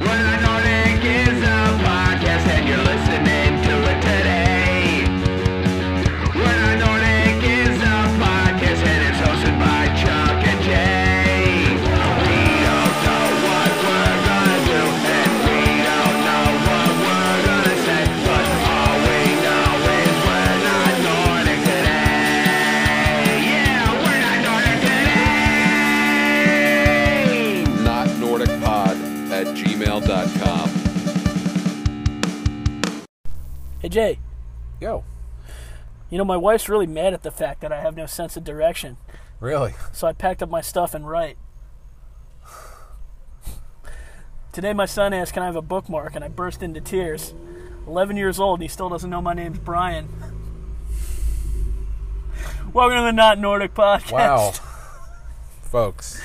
Well, I know Nick is a podcast and you're listening to it today. Well, I know Nick is a podcast and it's hosted by Chuck and Jay. We don't know what we're gonna do and we don't know what we're gonna say, but all we know is we're not Nordic today. Yeah, we're not Nordic today. not nordicpod at gmail.com. Hey Jay, Yo. you know my wife's really mad at the fact that I have no sense of direction. Really? So I packed up my stuff and write. Today my son asked, "Can I have a bookmark?" and I burst into tears. 11 years old and he still doesn't know my name's Brian. Welcome to the Not Nordic podcast. Wow. Folks,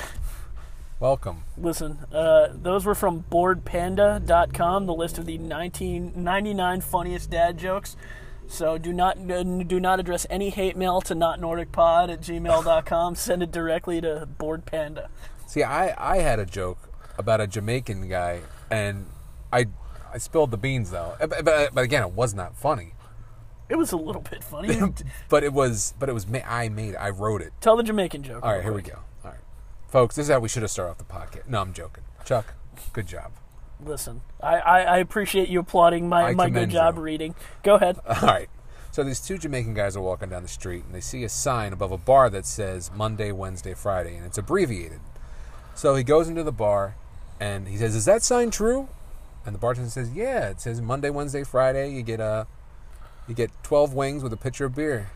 welcome. Listen, uh, those were from boardpanda.com, the list of the 1999 funniest dad jokes. So do not do not address any hate mail to notnordicpod at gmail.com. Send it directly to Board Panda. See, I, I had a joke about a Jamaican guy, and I I spilled the beans though. But, but, but again, it was not funny. It was a little bit funny. But it was but it was ma- I made it. I wrote it. Tell the Jamaican joke. All right, here we go. All right, folks, this is how we should have started off the podcast. No, I'm joking. Chuck, good job. Listen, I, I, I appreciate you applauding my, I my good commend job you. reading. Go ahead. All right. So these two Jamaican guys are walking down the street and they see a sign above a bar that says Monday, Wednesday, Friday, and it's abbreviated. So he goes into the bar and he says, "Is that sign true?" And the bartender says, "Yeah, it says Monday, Wednesday, Friday. You get a, you get twelve wings with a pitcher of beer."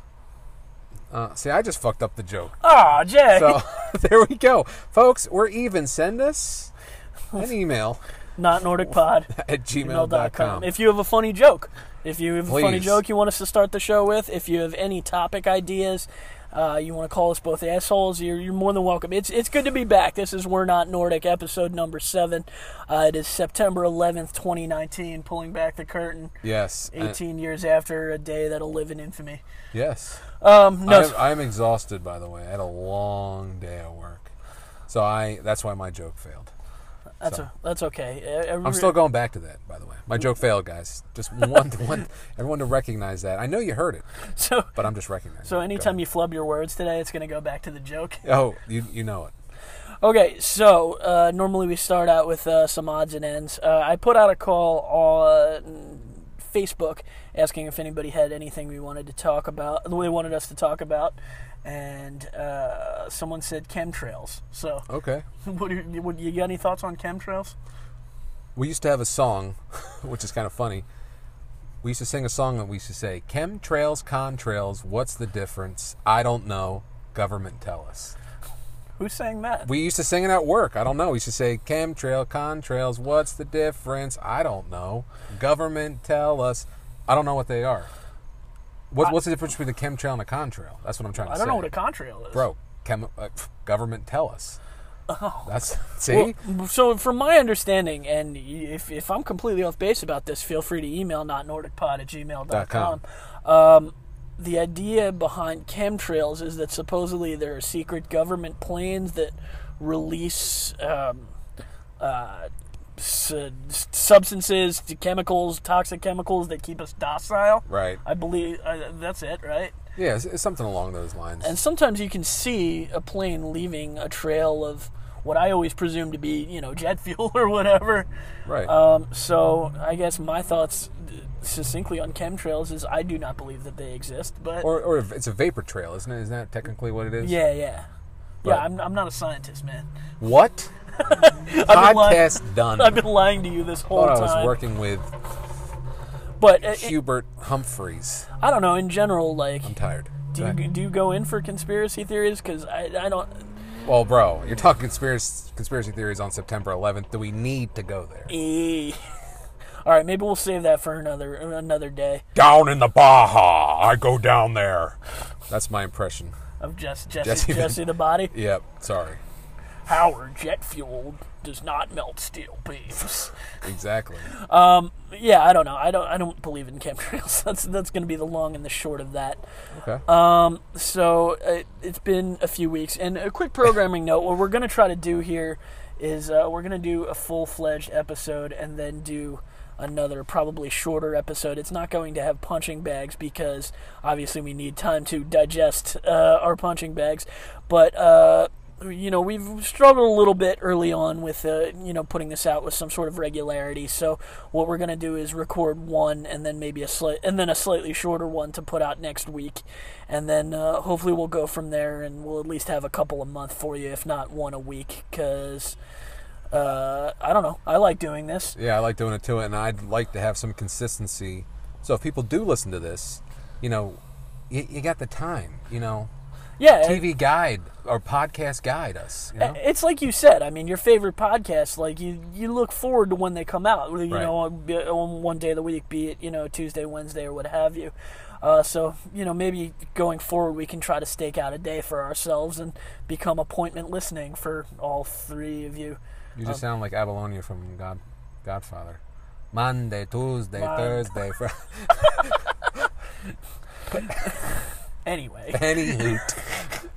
Uh, see, I just fucked up the joke. Ah, Jay. So there we go, folks. We're even. Send us an email Not Nordic Pod. at gmail.com. gmail.com. If you have a funny joke, if you have a funny Please. joke you want us to start the show with, if you have any topic ideas, uh, you want to call us both assholes, you're, you're more than welcome. It's it's good to be back. This is We're Not Nordic, episode number seven. Uh, it is September 11th, 2019, pulling back the curtain. yes, uh, and- 18 years after a day that'll live in infamy. yes. Um, no, I'm, I'm exhausted, by the way. I had a long day at work, so I that's why my joke failed. that's a, that's okay. Uh, every- I'm still going back to that, by the way. My joke failed, guys. Just one, one, everyone to recognize that. I know you heard it, so but I'm just recognizing. so anytime you flub your words today, it's going to go back to the joke. you oh, you you know it. Okay, so uh, normally we start out with uh, some odds and ends. Uh, I put out a call on Facebook asking if anybody had anything we wanted to talk about, they wanted us to talk about, and uh, someone said chemtrails. So, Okay. what do you, what, you got any thoughts on chemtrails? We used to have a song, which is kind of funny. We used to sing a song that we used to say, "Chemtrails, contrails, what's the difference? I don't know. Government tell us." Who's saying that? We used to sing it at work. I don't know. We used to say chemtrail, contrails, what's the difference? I don't know. Government tell us. I don't know what they are. What, what's the difference between a chemtrail and a contrail? That's what I'm trying to I say. don't know what a contrail is. Bro, chem, uh, pff, government tell us. Oh. That's, see? Well, so, from my understanding, and y- if, if I'm completely off base about this, feel free to email notnordicpod at gmail.com. com. Um, the idea behind chemtrails is that supposedly there are secret government planes that release um, uh, s- s- substances, t- chemicals, toxic chemicals that keep us docile. right. I believe uh, that's it, right? Yeah, it's, it's something along those lines. And sometimes you can see a plane leaving a trail of what I always presume to be, you know, jet fuel or whatever. right. Um, so I guess my thoughts uh, succinctly on chemtrails is I do not believe that they exist, but or, or if it's a vapor trail, isn't it? Isn't that technically what it is? yeah, yeah. Yeah, Right. I'm, I'm not a scientist, man. What? I've been, lying, Podcast done. I've been lying to you this whole thought I time. was working with But uh, it, Hubert Humphreys. I don't know. In general, like, I'm tired. do Go you ahead. do you go in for conspiracy theories? Because I, I don't. Well, bro, you're talking conspiracy, conspiracy theories on September 11th. Do we need to go there? Eh. All right, maybe we'll save that for another another day Down in the Baja, I go down there. That's my impression. of just Jesse Jesse Jesse, the- the body. Yep, sorry. Howard jet fuel does not melt steel beams. Exactly. yeah, I don't know. I don't. I don't believe in chemtrails. That's that's going to be the long and the short of that. Okay. So uh, it's been a few weeks, and a quick programming note. What we're going to try to do here is uh, we're gonna do a full fledged episode and then do another probably shorter episode. It's not going to have punching bags because obviously we need time to digest uh, our punching bags, but. Uh, you know, we've struggled a little bit early on with, uh, you know, putting this out with some sort of regularity. So what we're going to do is record one and then maybe a slight, and then a slightly shorter one to put out next week. And then uh, hopefully we'll go from there and we'll at least have a couple a month for you, if not one a week. Cause, uh, I don't know. I like doing this. Yeah, I like doing it too, and I'd like to have some consistency. So if people do listen to this, you know, you, you got the time, you know. Yeah. and- TV guide or podcast guide us. You know? It's like you said. I mean, your favorite podcasts, like you, you look forward to when they come out. You Right. know, on- on one day of the week, be it you know Tuesday, Wednesday, or what have you. Uh, so you know, maybe going forward, we can try to stake out a day for ourselves and become appointment listening for all three of you. You just sound like Abalone from God, Godfather. Monday, Tuesday, Mon- Thursday, Friday. Anyway. Penny hoot.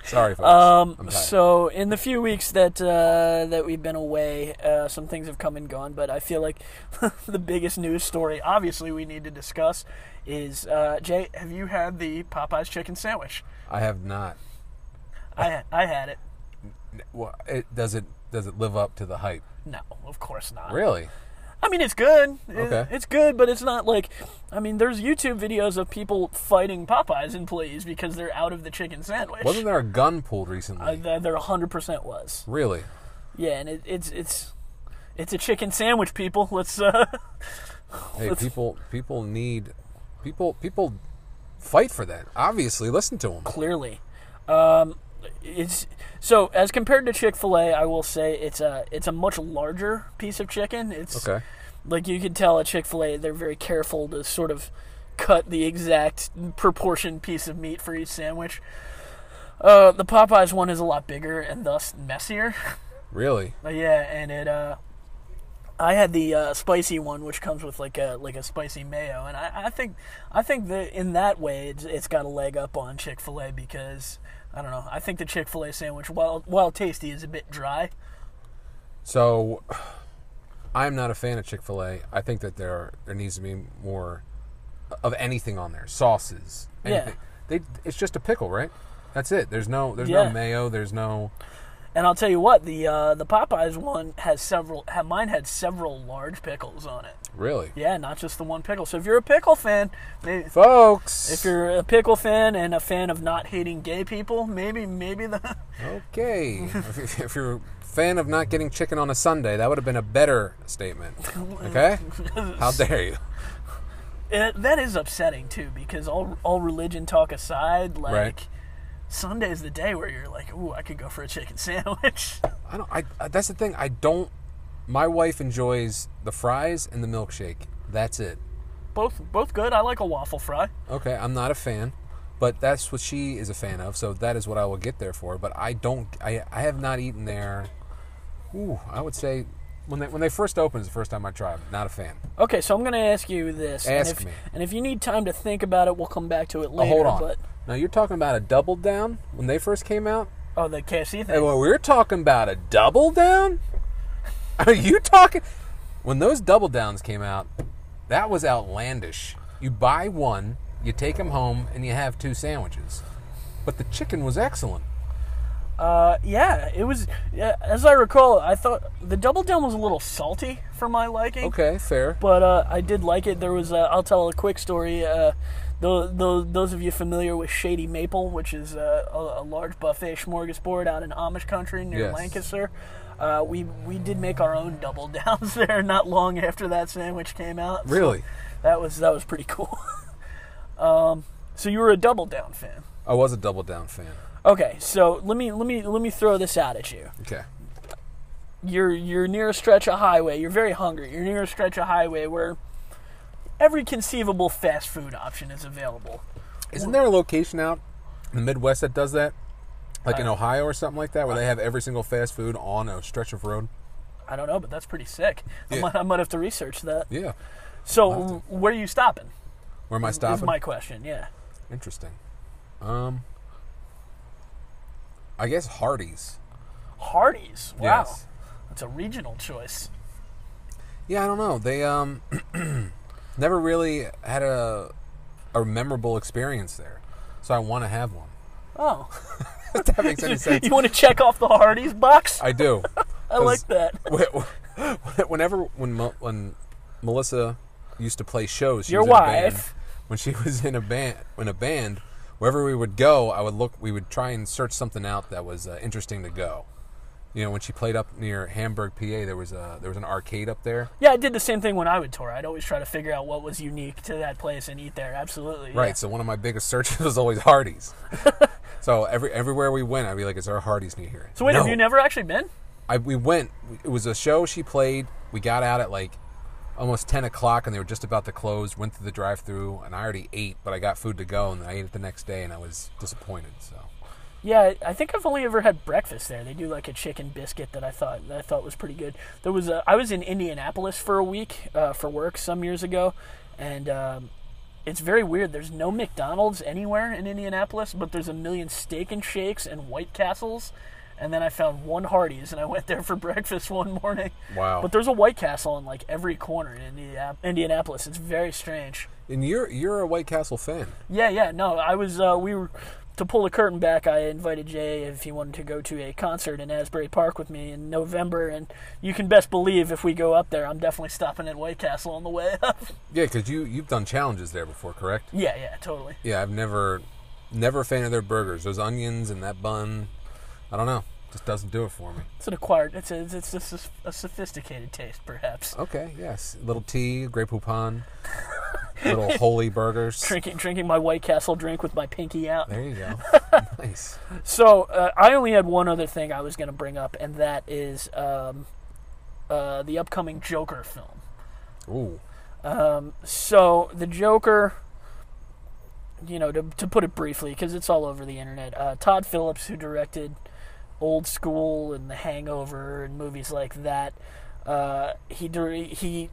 Sorry, folks. I'm Um, tired. so in the few weeks that uh, that we've been away, uh, some things have come and gone. But I feel like the biggest news story, obviously, we need to discuss is uh, Jay. Have you had the Popeyes chicken sandwich? I have not. I I had it. Well, it, does it does it live up to the hype? No, of course not. Really? I mean, it's good. It- Okay. It's good, but it's not like. I mean, there's YouTube videos of people fighting Popeyes employees because they're out of the chicken sandwich. Wasn't there a gun pulled recently? Uh, there there 100% was. really? Yeah, and it, it's it's it's a chicken sandwich, people. Let's uh, Hey, people people need people people fight for that. Obviously, listen to them. clearly. Um, it's so as compared to Chick Fil A, I will say it's a it's a much larger piece of chicken. It's Okay. like you can tell at Chick Fil A, they're very careful to sort of cut the exact proportion piece of meat for each sandwich. Uh, the Popeyes one is a lot bigger and thus messier. Really? But yeah, and it uh I had the uh, spicy one which comes with like a like a spicy mayo and I, I think I think that in that way it's, it's got a leg up on Chick-fil-A because I don't know. I think the Chick-fil-A sandwich while while tasty is a bit dry. So, I'm not a fan of Chick Fil A. I think that there there needs to be more of anything on there, sauces. Yeah. Anything. They it's just a pickle, right? That's it. There's no there's Yeah. no mayo. There's no And I'll tell you what, the uh, the Popeyes one has several ha mine had several large pickles on it. really, Yeah, not just the one pickle. So if you're a pickle fan, may- folks. if you're a pickle fan and a fan of not hating gay people, maybe maybe the okay, if, if you're a fan of not getting chicken on a Sunday, that would have been a better statement. Okay, how dare you? it, Uh, that is upsetting too because all all religion talk aside like Right. Sunday's the day where you're like, ooh, I could go for a chicken sandwich. I don't. I, I- that's the thing. I don't. My wife enjoys the fries and the milkshake. That's it. both both good. I like a waffle fry. Okay, I'm not a fan, but that's what she is a fan of. So that is what I will get there for. But I don't. I I have not eaten there. Ooh, I would say when they when they first opened is the first time I tried. it. Not a fan. Okay, so I'm gonna ask you this. Ask and if, me. And if you need time to think about it, we'll come back to it Oh, later. hold on. But Now you're talking about a double down when they first came out. oh, the KFC Hey, thing. well, we're talking about a double down. Are you talking? When those double downs came out, that was outlandish. You buy one, you take them home, and you have two sandwiches. But the chicken was excellent. Uh, yeah, it was. Yeah, as I recall, I thought the double down was a little salty for my liking. Okay, fair. but uh, I did like it. There was, uh, I'll tell a quick story. Uh, those, those of you familiar with Shady Maple, which is uh, a, a large buffet smorgasbord out in Amish country near Yes. Lancaster, uh, we we did make our own double downs there. Not long after that sandwich came out, So Really? that was that was pretty cool. um, so you were a double down fan. I was a double down fan. Okay, so let me let me let me throw this out at you. Okay. you're you're near a stretch of highway. You're very hungry. You're near a stretch of highway where every conceivable fast food option is available. Isn't there a location out in the Midwest that does that? Like in Ohio or something like that, where they have every single fast food on a stretch of road? I don't know, but that's pretty sick. I, Yeah. might, I might have to research that. Yeah. So, where are you stopping? Where am I That's stopping? my question. Yeah. Interesting. Um, I guess Hardee's. Hardee's. Wow. It's a regional choice. Yeah, I don't know. They um never really had a a memorable experience there, so I want to have one. Oh, If that makes any sense. you want to check off the Hardee's box? I, I do. like that. that. Whenever when Mo- when Melissa used to play shows, she Your was in a band. wife. when she was in a band, in a band, wherever we would go, I would look. We would try and search something out that was uh, interesting to go. You know, when she played up near Hamburg, PA, there was a there was an arcade up there. Yeah, I did the same thing when I would tour. I'd always try to figure out what was unique to that place and eat there. Absolutely. Right. So one of my biggest searches was always Hardee's. so every everywhere we went, I'd be like, "Is there a Hardee's near here?" So wait, have No. you never actually been? I, we went. It was a show she played. We got out at like almost ten o'clock, and they were just about to close. Went through the drive-through, and I already ate, but I got food to go, and I ate it the next day, and I was disappointed. So Yeah, I- I think I've only ever had breakfast there. They do like a chicken biscuit that I thought that I thought was pretty good. There was a, I was in Indianapolis for a week uh, for work some years ago, and um, it's very weird. There's no McDonald's anywhere in Indianapolis, but there's a million Steak and Shakes and White Castles. And then I found one Hardee's, and I went there for breakfast one morning. Wow. But there's a White Castle in like every corner in Indiana- Indianapolis. It's very strange. And you're you're a White Castle fan. Yeah, yeah. No, I was. Uh, we were to pull the curtain back. I invited Jay if he wanted to go to a concert in Asbury Park with me in November, and you can best believe if we go up there, I'm definitely stopping at White Castle on the way up. Yeah, because you you've done challenges there before, correct? yeah, yeah, totally. Yeah, I've never never a fan of their burgers. Those onions and that bun, I don't know, just doesn't do it for me. It's an acquired. It's a, it's it's just a s- a sophisticated taste, perhaps. Okay, yes, little tea, grape poupon, little holy burgers. Drinking, drinking my White Castle drink with my pinky out. There you go. nice. So uh, I only had one other thing I was going to bring up, and that is um, uh, the upcoming Joker film. Ooh. Um, so the Joker, you know, to, to put it briefly, because it's all over the internet, uh, Todd Phillips, who directed Old School and The Hangover and movies like that, uh, he dir- he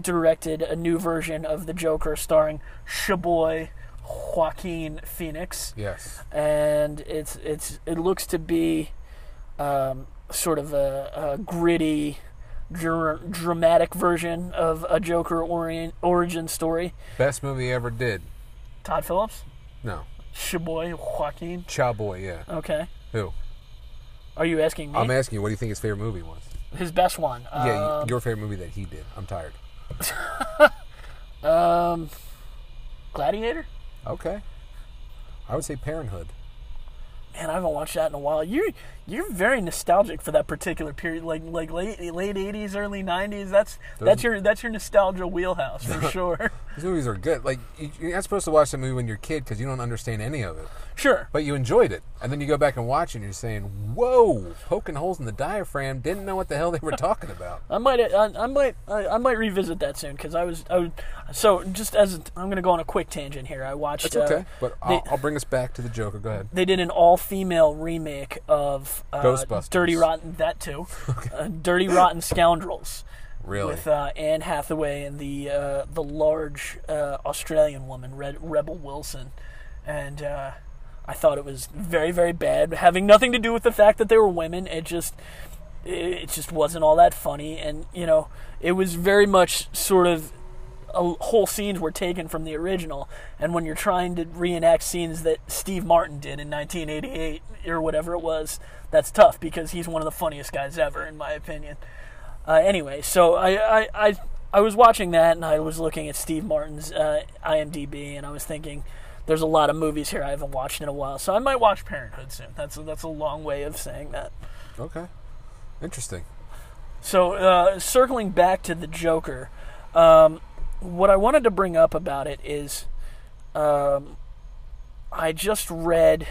directed a new version of the Joker starring Shaboy Joaquin Phoenix Yes. and it's it's it looks to be um, sort of a, a gritty, dr- dramatic version of a Joker orient, origin story. Best movie ever did. Todd Phillips, No. Shaboy Joaquin. Chow Boy. Yeah. Okay, Who? are you asking me I'm asking you. What do you think his favorite movie was? his best one? Yeah, Uh, y your favorite movie that he did. I'm tired. Gladiator. Okay. I would say Parenthood. Man, I haven't watched that in a while. You're you're very nostalgic for that particular period, like like late late '80s, early '90s. That's that's your that's your nostalgia wheelhouse for sure. These movies are good. Like you, you're not supposed to watch the movie when you're a kid because you don't understand any of it, sure. but you enjoyed it, and then you go back and watch it, and you're saying, "Whoa!" Poking holes in the diaphragm. Didn't know what the hell they were talking about. I might, I, I might, I, I might revisit that soon because I was, I was, so just as I'm gonna go on a quick tangent here. I watched. It's okay, but I'll, they, I'll bring us back to the Joker. Go ahead. they did an all-female remake of uh, Ghostbusters. Dirty Rotten. That too, uh, Dirty Rotten Scoundrels. Really? With uh, Anne Hathaway and the uh, the large uh, Australian woman, Red, Rebel Wilson, and uh, I thought it was very very bad, having nothing to do with the fact that they were women. It just it- it just wasn't all that funny, and you know it was very much sort of a, whole scenes were taken from the original, and when you're trying to reenact scenes that Steve Martin did in 1988 or whatever it was, that's tough because he's one of the funniest guys ever, in my opinion. Uh, anyway, so I, I, I, I was watching that and I was looking at Steve Martin's uh, IMDb and I was thinking, there's a lot of movies here I haven't watched in a while, so I might watch Parenthood soon. That's a, that's a long way of saying that. Okay. Interesting. So, uh, circling back to the Joker, um, what I wanted to bring up about it is um, I just read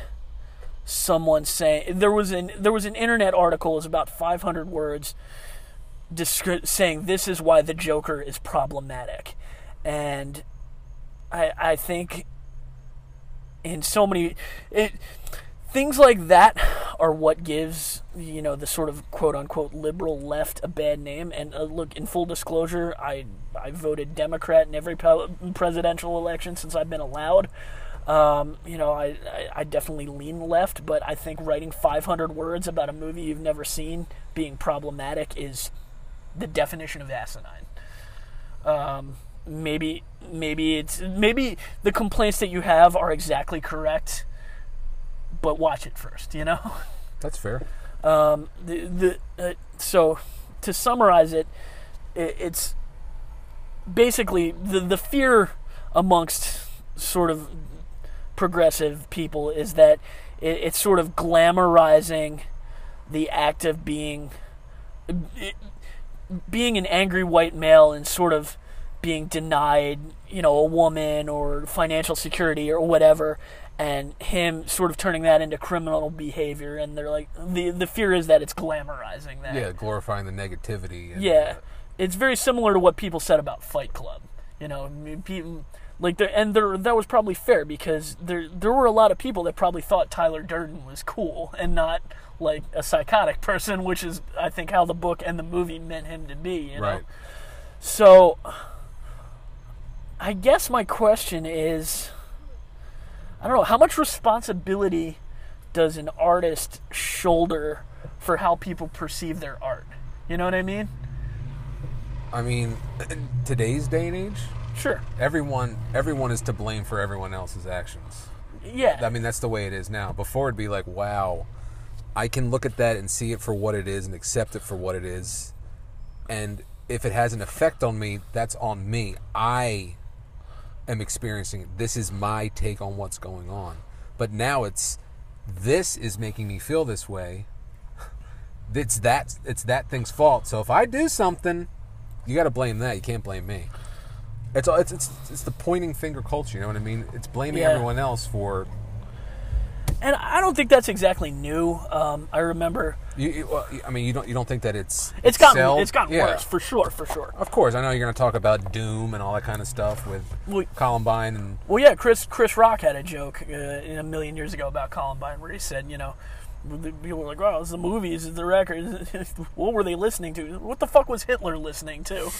someone saying there was an there was an internet article it was about 500 words descri- saying this is why the Joker is problematic, and I I think in so many it things like that are what gives you know the sort of quote unquote liberal left a bad name and uh, look in full disclosure i i voted democrat in every po- presidential election since i've been allowed Um, you know, I, I, I definitely lean left, but I think writing 500 words about a movie you've never seen being problematic is the definition of asinine. Um, maybe maybe it's maybe the complaints that you have are exactly correct, but watch it first. You know. That's fair. Um, the, the uh, so to summarize it, it it's basically the the fear amongst sort of progressive people is that it, it's sort of glamorizing the act of being it- being an angry white male and sort of being denied, you know, a woman or financial security or whatever, and him sort of turning that into criminal behavior. And they're like, the the fear is that it's glamorizing that. Yeah, glorifying the negativity. And, Yeah, it's very similar to what people said about Fight Club. You know, I mean, people like there, and there that was probably fair because there there were a lot of people that probably thought Tyler Durden was cool and not like a psychotic person, which is I think how the book and the movie meant him to be. You know? uh, Right. So, I guess my question is I don't know, how much responsibility does an artist shoulder for how people perceive their art? You know what I mean? I mean, in today's day and age, Sure. everyone everyone is to blame for everyone else's actions. Yeah. I mean, that's the way it is now. Before it'd be like, wow, I can look at that and see it for what it is and accept it for what it is. And if it has an effect on me, that's on me. I am experiencing it. This is my take on what's going on. But now it's this is making me feel this way. It's that it's that thing's fault. So if I do something, you got to blame that. You can't blame me. It's all it's, it's it's the pointing finger culture. You know what I mean? It's blaming Yeah. everyone else for and I don't think that's exactly new. Um, I remember You, you, well, I mean, you don't you don't think that it's it's gotten excelled? it's gotten Yeah. worse for sure, for sure. Of course, I know you're going to talk about Doom and all that kind of stuff with Well- Columbine and Well, yeah, Chris Chris Rock had a joke uh, in a million years ago about Columbine, where he said, you know, the people were like, "Wow, it's the movies, it's the records. what were they listening to? What the fuck was Hitler listening to?"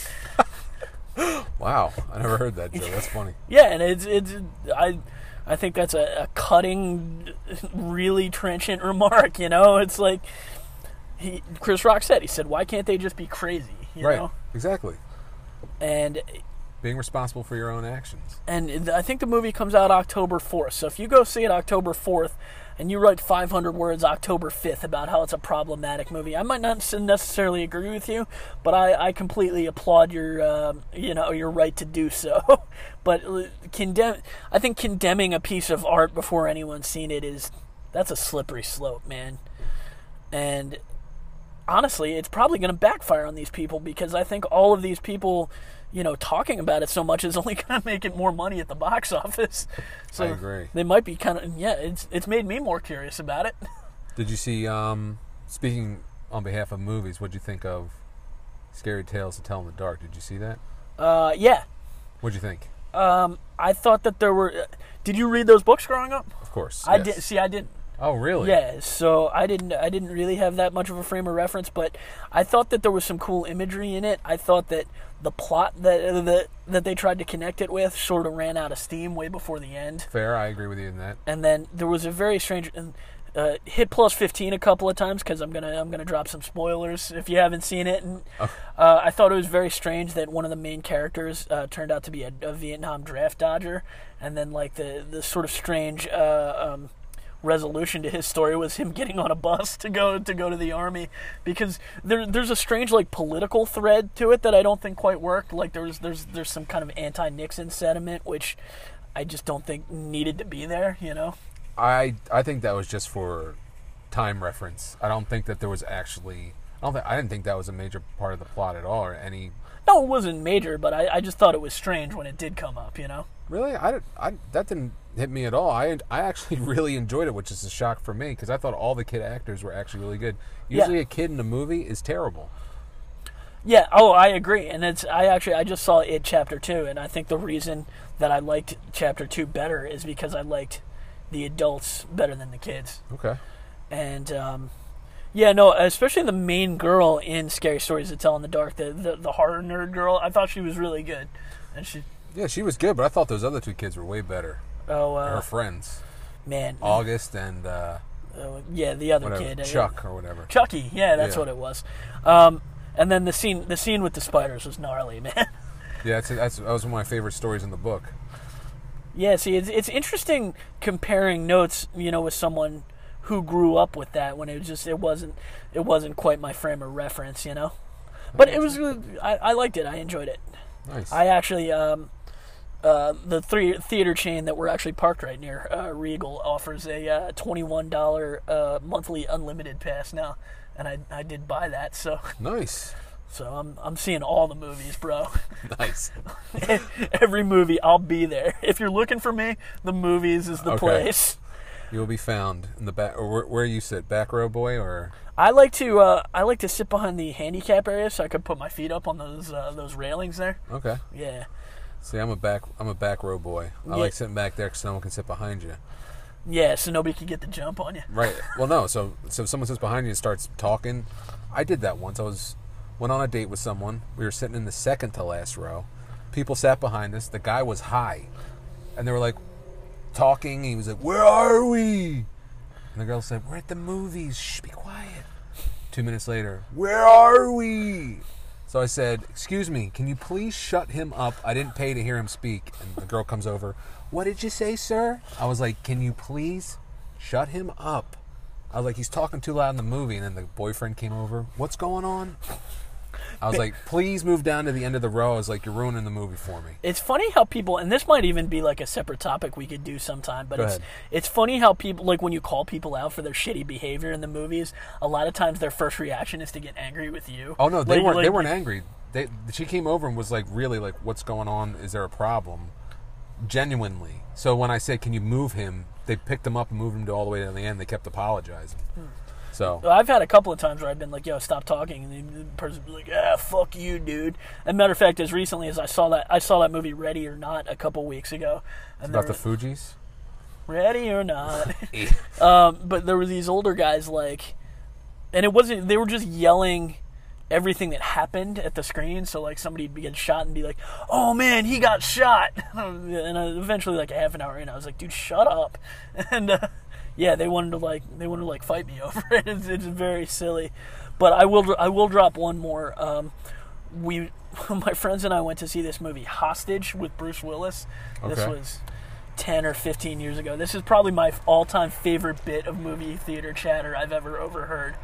wow, I never heard that joke. That's funny. Yeah, and it's it's I I think that's a, a cutting, really trenchant remark. You know, it's like he Chris Rock said. He said, "Why can't they just be crazy?" You right? know, Exactly. and Being responsible for your own actions. and I think the movie comes out October 4th. So if you go see it October 4th and you write 500 words October 5th about how it's a problematic movie, I might not necessarily agree with you, but I, I completely applaud your um, you know your right to do so. but uh, condemn I think condemning a piece of art before anyone's seen it is that's a slippery slope, man. And honestly, it's probably going to backfire on these people because I think all of these people, you know, talking about it so much is only going to make it more money at the box office. So I agree. They might be kind of yeah. It's it's made me more curious about it. Did you see? Um, speaking on behalf of movies, what'd you think of Scary Tales to Tell in the Dark? Did you see that? Uh, yeah, What'd you think? I thought that there were. uh, Did you read those books growing up? Of course. I yes. did. See, I didn't. Oh, really? Yeah, so I didn't I didn't really have that much of a frame of reference, but I thought that there was some cool imagery in it. I thought that the plot that that, that they tried to connect it with sort of ran out of steam way before the end. Fair. I agree with you in that. And then there was a very strange and, uh, hit plus 15 a couple of times cuz I'm going to I'm going to drop some spoilers if you haven't seen it and uh, I thought it was very strange that one of the main characters uh, turned out to be a, a Vietnam draft dodger and then like the the sort of strange uh, um, resolution to his story was him getting on a bus to go to go to the army because there there's a strange like political thread to it that I don't think quite worked. Like there's there's there's some kind of anti Nixon sentiment which I just don't think needed to be there, you know. I I think that was just for time reference. I don't think that there was actually. I don't think I didn't think that was a major part of the plot at all, or any. No, it wasn't major, but I, I just thought it was strange when it did come up, you know. Really, I, didn't- I that didn't hit me at all. I I actually really enjoyed it, which is a shock for me because I thought all the kid actors were actually really good. Yeah. Usually, a kid in a movie is terrible. Yeah, oh, I agree. And it's I actually I just saw it chapter 2 and I think the reason that I liked chapter 2 better is because I liked the adults better than the kids. Okay, And um yeah, no, especially the main girl in Scary Stories to Tell in the Dark, the the, the horror nerd girl, I thought she was really good. And she yeah, she was good, but I thought those other two kids were way better. Oh, her uh, friends, man. August and uh, Uh, yeah, the other whatever, kid. uh, Chuck or whatever. Chucky. Yeah, that's Yeah. what it was. Um, and then the scene, the scene with the spiders was gnarly, man. Yeah, that's, that's that was one of my favorite stories in the book. yeah. See, it's it's interesting comparing notes, you know, with someone who grew up with that when it was just it wasn't it wasn't quite my frame of reference, you know. But it was I, I liked it. I enjoyed it. Nice. I actually, um, uh, the three theater chain that we're actually parked right near, uh, Regal, offers a uh, twenty-one dollar uh, monthly unlimited pass now, and I, I did buy that. So nice. so I'm I'm seeing all the movies, bro. Nice. Every movie, I'll be there. If you're looking for me, the movies is the Okay. place. You will be found in the back, or where, where you sit, back row boy, or I like to uh, I like to sit behind the handicap area so I could put my feet up on those uh, those railings there. okay. Yeah. See, I'm a back, I'm a back row boy. I Yeah. like sitting back there because someone can sit behind you. Yeah, so nobody could get the jump on you. Right. Well, no. So, so if someone sits behind you and starts talking. I did that once. I was went on a date with someone. We were sitting in the second to last row. People sat behind us. The guy was high, and they were like talking. He was like, "Where are we?" And the girl said, "We're at the movies. Shh, be quiet." Two minutes later, "Where are we?" So I said, "Excuse me, can you please shut him up? I didn't pay to hear him speak." And the girl comes over. "What did you say, sir?" I was like, "Can you please shut him up?" I was like, "He's talking too loud in the movie." And then the boyfriend came over. "What's going on?" I was like, "Please move down to the end of the row." I was like, "You're ruining the movie for me." It's funny how people, and this might even be like a separate topic we could do sometime, but Go it's ahead. it's funny how people like when you call people out for their shitty behavior in the movies. A lot of times their first reaction is to get angry with you. Oh no, they Like- weren't. they like- weren't angry. They, she came over and was like, "Really, like, what's going on? Is there a problem?" Genuinely. So when I said, "Can you move him?" They picked him up and moved him to all the way to the end. They kept apologizing. So I've had a couple of times where I've been like, "Yo, stop talking," and the the person be like, "Ah, fuck you, dude." And matter of fact, as recently as I saw that, I saw that movie Ready or Not a couple weeks ago. And about there the Fugees. were- Ready or Not. Um, but there were these older guys like and it wasn't they were just yelling everything that happened at the screen so like somebody'd be get shot and be like oh man he got shot and uh, eventually like a half an hour in i was like dude shut up and uh, yeah they wanted to like they wanted to like fight me over it it's, it's very silly but i will i will drop one more um, we my friends and i went to see this movie hostage with bruce willis this Okay. was 10 or 15 years ago. This is probably my all time favorite bit of movie theater chatter I've ever overheard.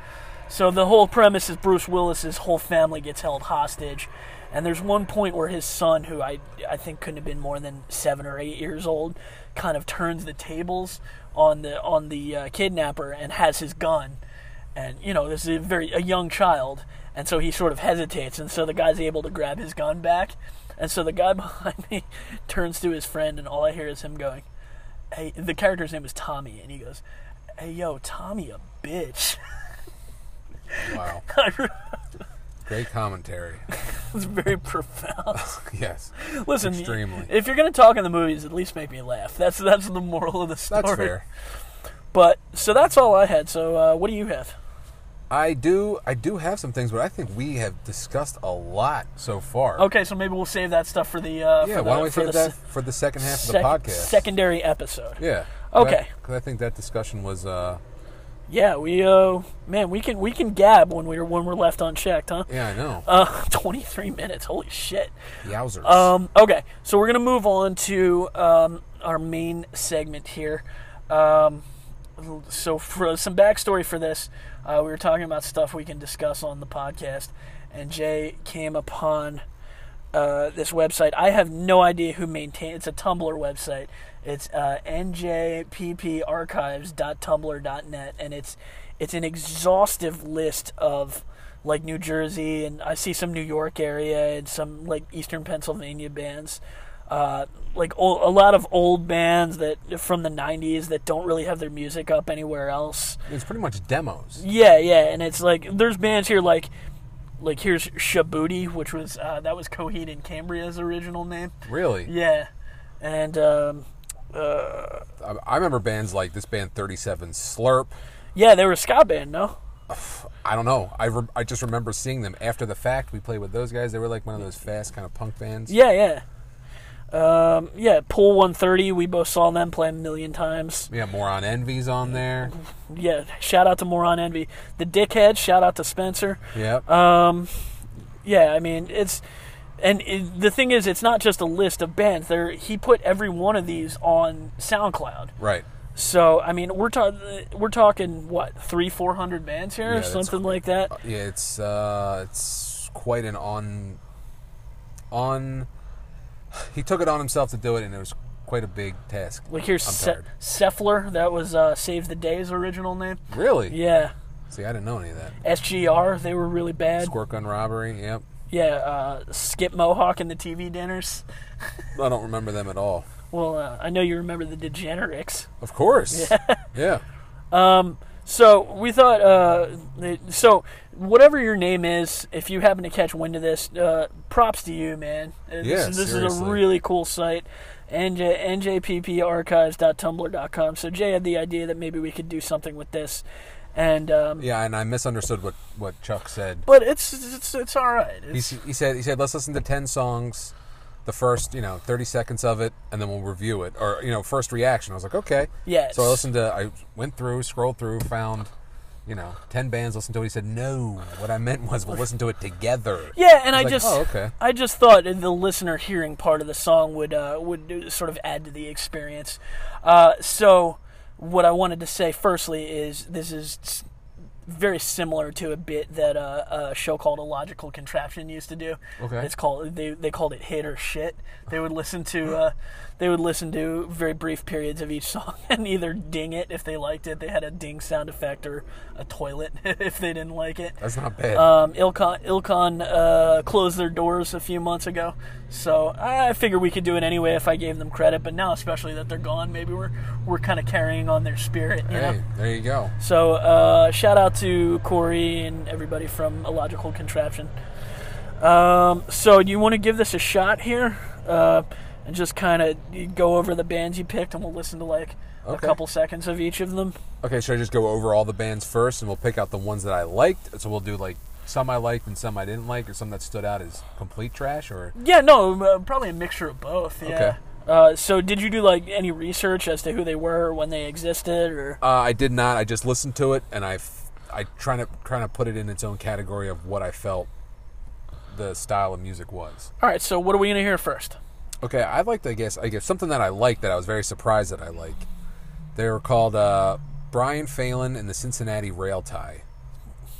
So, the whole premise is Bruce Willis's whole family gets held hostage. And there's one point where his son, who I, I think couldn't have been more than seven or eight years old, kind of turns the tables on the, on the uh, kidnapper and has his gun and you know this is a very a young child and so he sort of hesitates and so the guy's able to grab his gun back and so the guy behind me turns to his friend and all i hear is him going hey the character's name is tommy and he goes hey yo tommy a bitch Wow, I re- great commentary. it's very profound yes, listen Extremely. if you're going to talk in the movies at least make me laugh that's that's the moral of the story that's fair. but so that's all i had so uh, what do you have I do. I do have some things, but I think we have discussed a lot so far. okay so maybe we'll save that stuff for the uh, for Yeah. the, why don't we for save the that for the second half se- of sec- the podcast? secondary episode Yeah. Okay. Because I think that discussion was. uh Yeah, we uh, man, we can we can gab when we're when we're left unchecked, huh? Yeah, I know. Uh, 23 minutes. Holy shit. Yowzers. Um, okay, so we're gonna move on to um, our main segment here. Um, so for some backstory for this, uh, we were talking about stuff we can discuss on the podcast, and Jay came upon uh, this website. I have no idea who maintains. It's a Tumblr website. It's uh, njpparchives.tumblr.net, and it's it's an exhaustive list of like New Jersey, and I see some New York area and some like Eastern Pennsylvania bands. Uh, like ol a lot of old bands that from the '90s that don't really have their music up anywhere else. it's pretty much demos. Yeah, yeah, and it's like there's bands here like like here's Shabuti, which was uh, that was Coheed and Cambria's original name. Really? Yeah, and um, I, I remember bands like this band 37 Slurp. yeah, they were a ska band, no? I don't know. I, re- I just remember seeing them after the fact. We played with those guys. They were like one of those fast kind of punk bands. Yeah, yeah. Um, yeah, Pool 130. We both saw them play a million times. We got Moron Envy's on there. Yeah, shout out to Moron Envy. The Dickhead, shout out to Spencer. Yep. Uh, Yeah, I mean, it's. And it, the thing is, it's not just a list of bands. There, he put every one of these on SoundCloud. right. So I mean, we're talking we're talking what three, four hundred bands here, Yeah, that's something like that. Yeah, it's uh, it's quite an on on. He took it on himself to do it, and it was quite a big task. Like here's I'm Se- tired. Seffler. That was uh, Save the Day's original name. Really? Yeah, See, I didn't know any of that. SGR. They were really bad. Squirt gun robbery. Yep. Yeah, uh, Skip Mohawk and the TV Dinners. I don't remember them at all. Well, uh, I know you remember the Degenerics. Of course. Yeah. So we thought. Uh, that- so whatever your name is, if you happen to catch wind of this, uh, props to you, man. Uh, This, Yeah, is- this is a seriously. really cool site. NJ, njpparchives.tumblr.com. So Jay had the idea that maybe we could do something with this, and um, Yeah, and I misunderstood what what Chuck said. but it's it's it's all right. He, It's, s- he said he said let's listen to ten songs, the first you know thirty seconds of it, and then we'll review it or you know first reaction. I was like okay. Yes. So I listened to I went through scrolled through found. You know, ten bands listened to it. He said, "No, what I meant was we'll listen to it together." yeah, and I, like, just "Oh, okay." I just thought the listener hearing part of the song would uh, would do- sort of add to the experience. Uh, so what I wanted to say firstly is this is s- very similar to a bit that uh, a show called Illogical Contraption used to do. Okay. It's called they they called it hit or shit. They would listen to uh, they would listen to very brief periods of each song and either ding it if they liked it. They had a ding sound effect or a toilet if they didn't like it. That's not bad. Um, Ilcon, Ilcon uh, closed their doors a few months ago, so I figure we could do it anyway if I gave them credit. But now, especially that they're gone, maybe we're we're kind of carrying on their spirit, you know. hey, there you go. So uh, shout out to Corey and everybody from Illogical Contraption. Um, so do you want to give this a shot here, uh, and just kind of go over the bands you picked, and we'll listen to like Okay. a couple seconds of each of them. Okay, should I just go over all the bands first, and we'll pick out the ones that I liked? So we'll do like some I liked and some I didn't like, or some that stood out as complete trash, or Yeah, no, uh, probably a mixture of both. Yeah. Okay. Uh, so, did you do like any research as to who they were, or when they existed, or? Uh, I did not. I just listened to it, and I, f- I trying to trying to put it in its own category of what I felt the style of music was. All right. So, what are we gonna hear first? Okay, I'd like to I guess I guess something that I liked that I was very surprised that I like. They were called uh, Brian Phelan and the Cincinnati Rail Tie.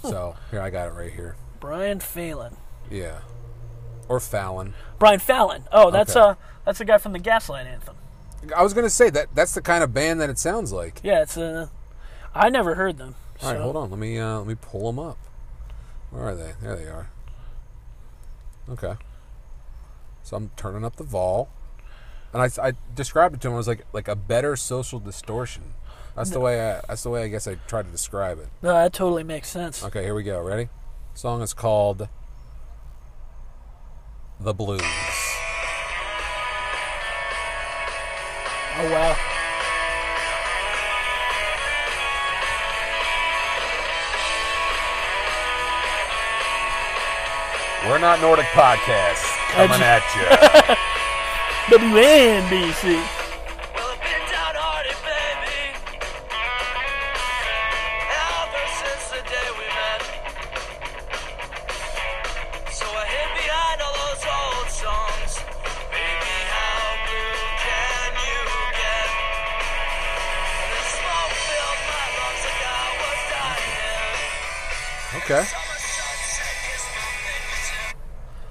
So here I got it right here. Brian Phelan. Yeah, or Fallon. Brian Fallon. Oh, that's Okay. uh, that's the guy from the Gaslight Anthem. I was gonna say that that's the kind of band that it sounds like. Yeah, it's uh, I never heard them. All right, so- hold on. Let me uh, let me pull them up. Where are they? There they are. Okay. So I'm turning up the vol, and I, I described it to him. I was like like a better social distortion. That's the way I that's the way I guess I tried to describe it. No, uh, that totally makes sense. Okay, here we go. Ready? Song is called "The Blues." Oh wow. We're not Nordic podcast coming at you. WNBC. Well, I've been downhearted, baby. Ever since the day we met. So I hid behind all those old songs. Baby, how blue can you get? The smoke filled my lungs like I was dying. okay, Summer sunset is nothing to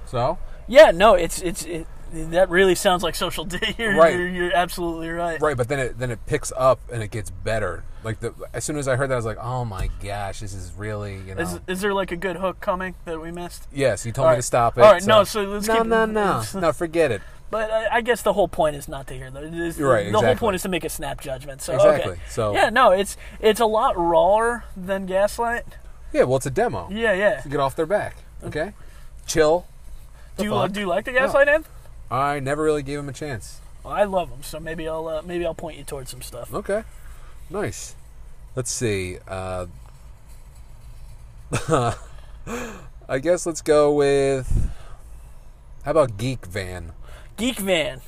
so Yeah, no, it's it's it, that really sounds like Social D. You're, Right. You're, you're absolutely right. Right, but then it then it picks up and it gets better. Like the as soon as I heard that, I was like, "Oh my gosh, this is really you know." Is, is there like a good hook coming that we missed? yes, you told me right. to stop it. All right, no, so let's no, keep- no, no, no, forget it. But I, I guess the whole point is not to hear those. It's- You're right, The whole exactly. point is to make a snap judgment. So Exactly, Okay. so- yeah, no, it's it's a lot rawer than Gaslight. Yeah, well, it's a demo. Yeah, yeah. To get off their back. Okay, chill. Do you fuck? do you like the Gaslight anthem? I never really gave him a chance. Well, I love them, so maybe I'll uh, maybe I'll point you towards some stuff. Okay, nice. Let's see. Uh, I guess let's go with. How about Geek Van? Geek Van.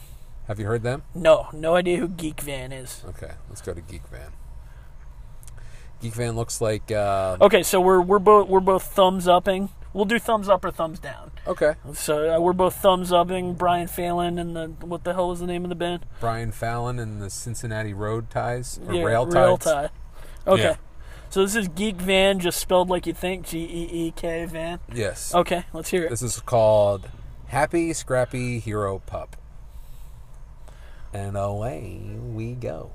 Have you heard them? No, no idea who Geek Van is. Okay, let's go to Geek Van. Geek Van looks like uh, Okay, so we're we're both we're both thumbs upping. We'll do thumbs up or thumbs down. okay So uh, we're both thumbs upping Brian Phelan and the what the hell was the name of the band? Brian Fallon and the Cincinnati Road Ties or Yeah, Rail Ties. Rail Tie. Okay. Yeah. So this is Geek Van, just spelled like you think, G E E K Van. Yes. Okay, let's hear it. This is called Happy Scrappy Hero Pup. And away we go.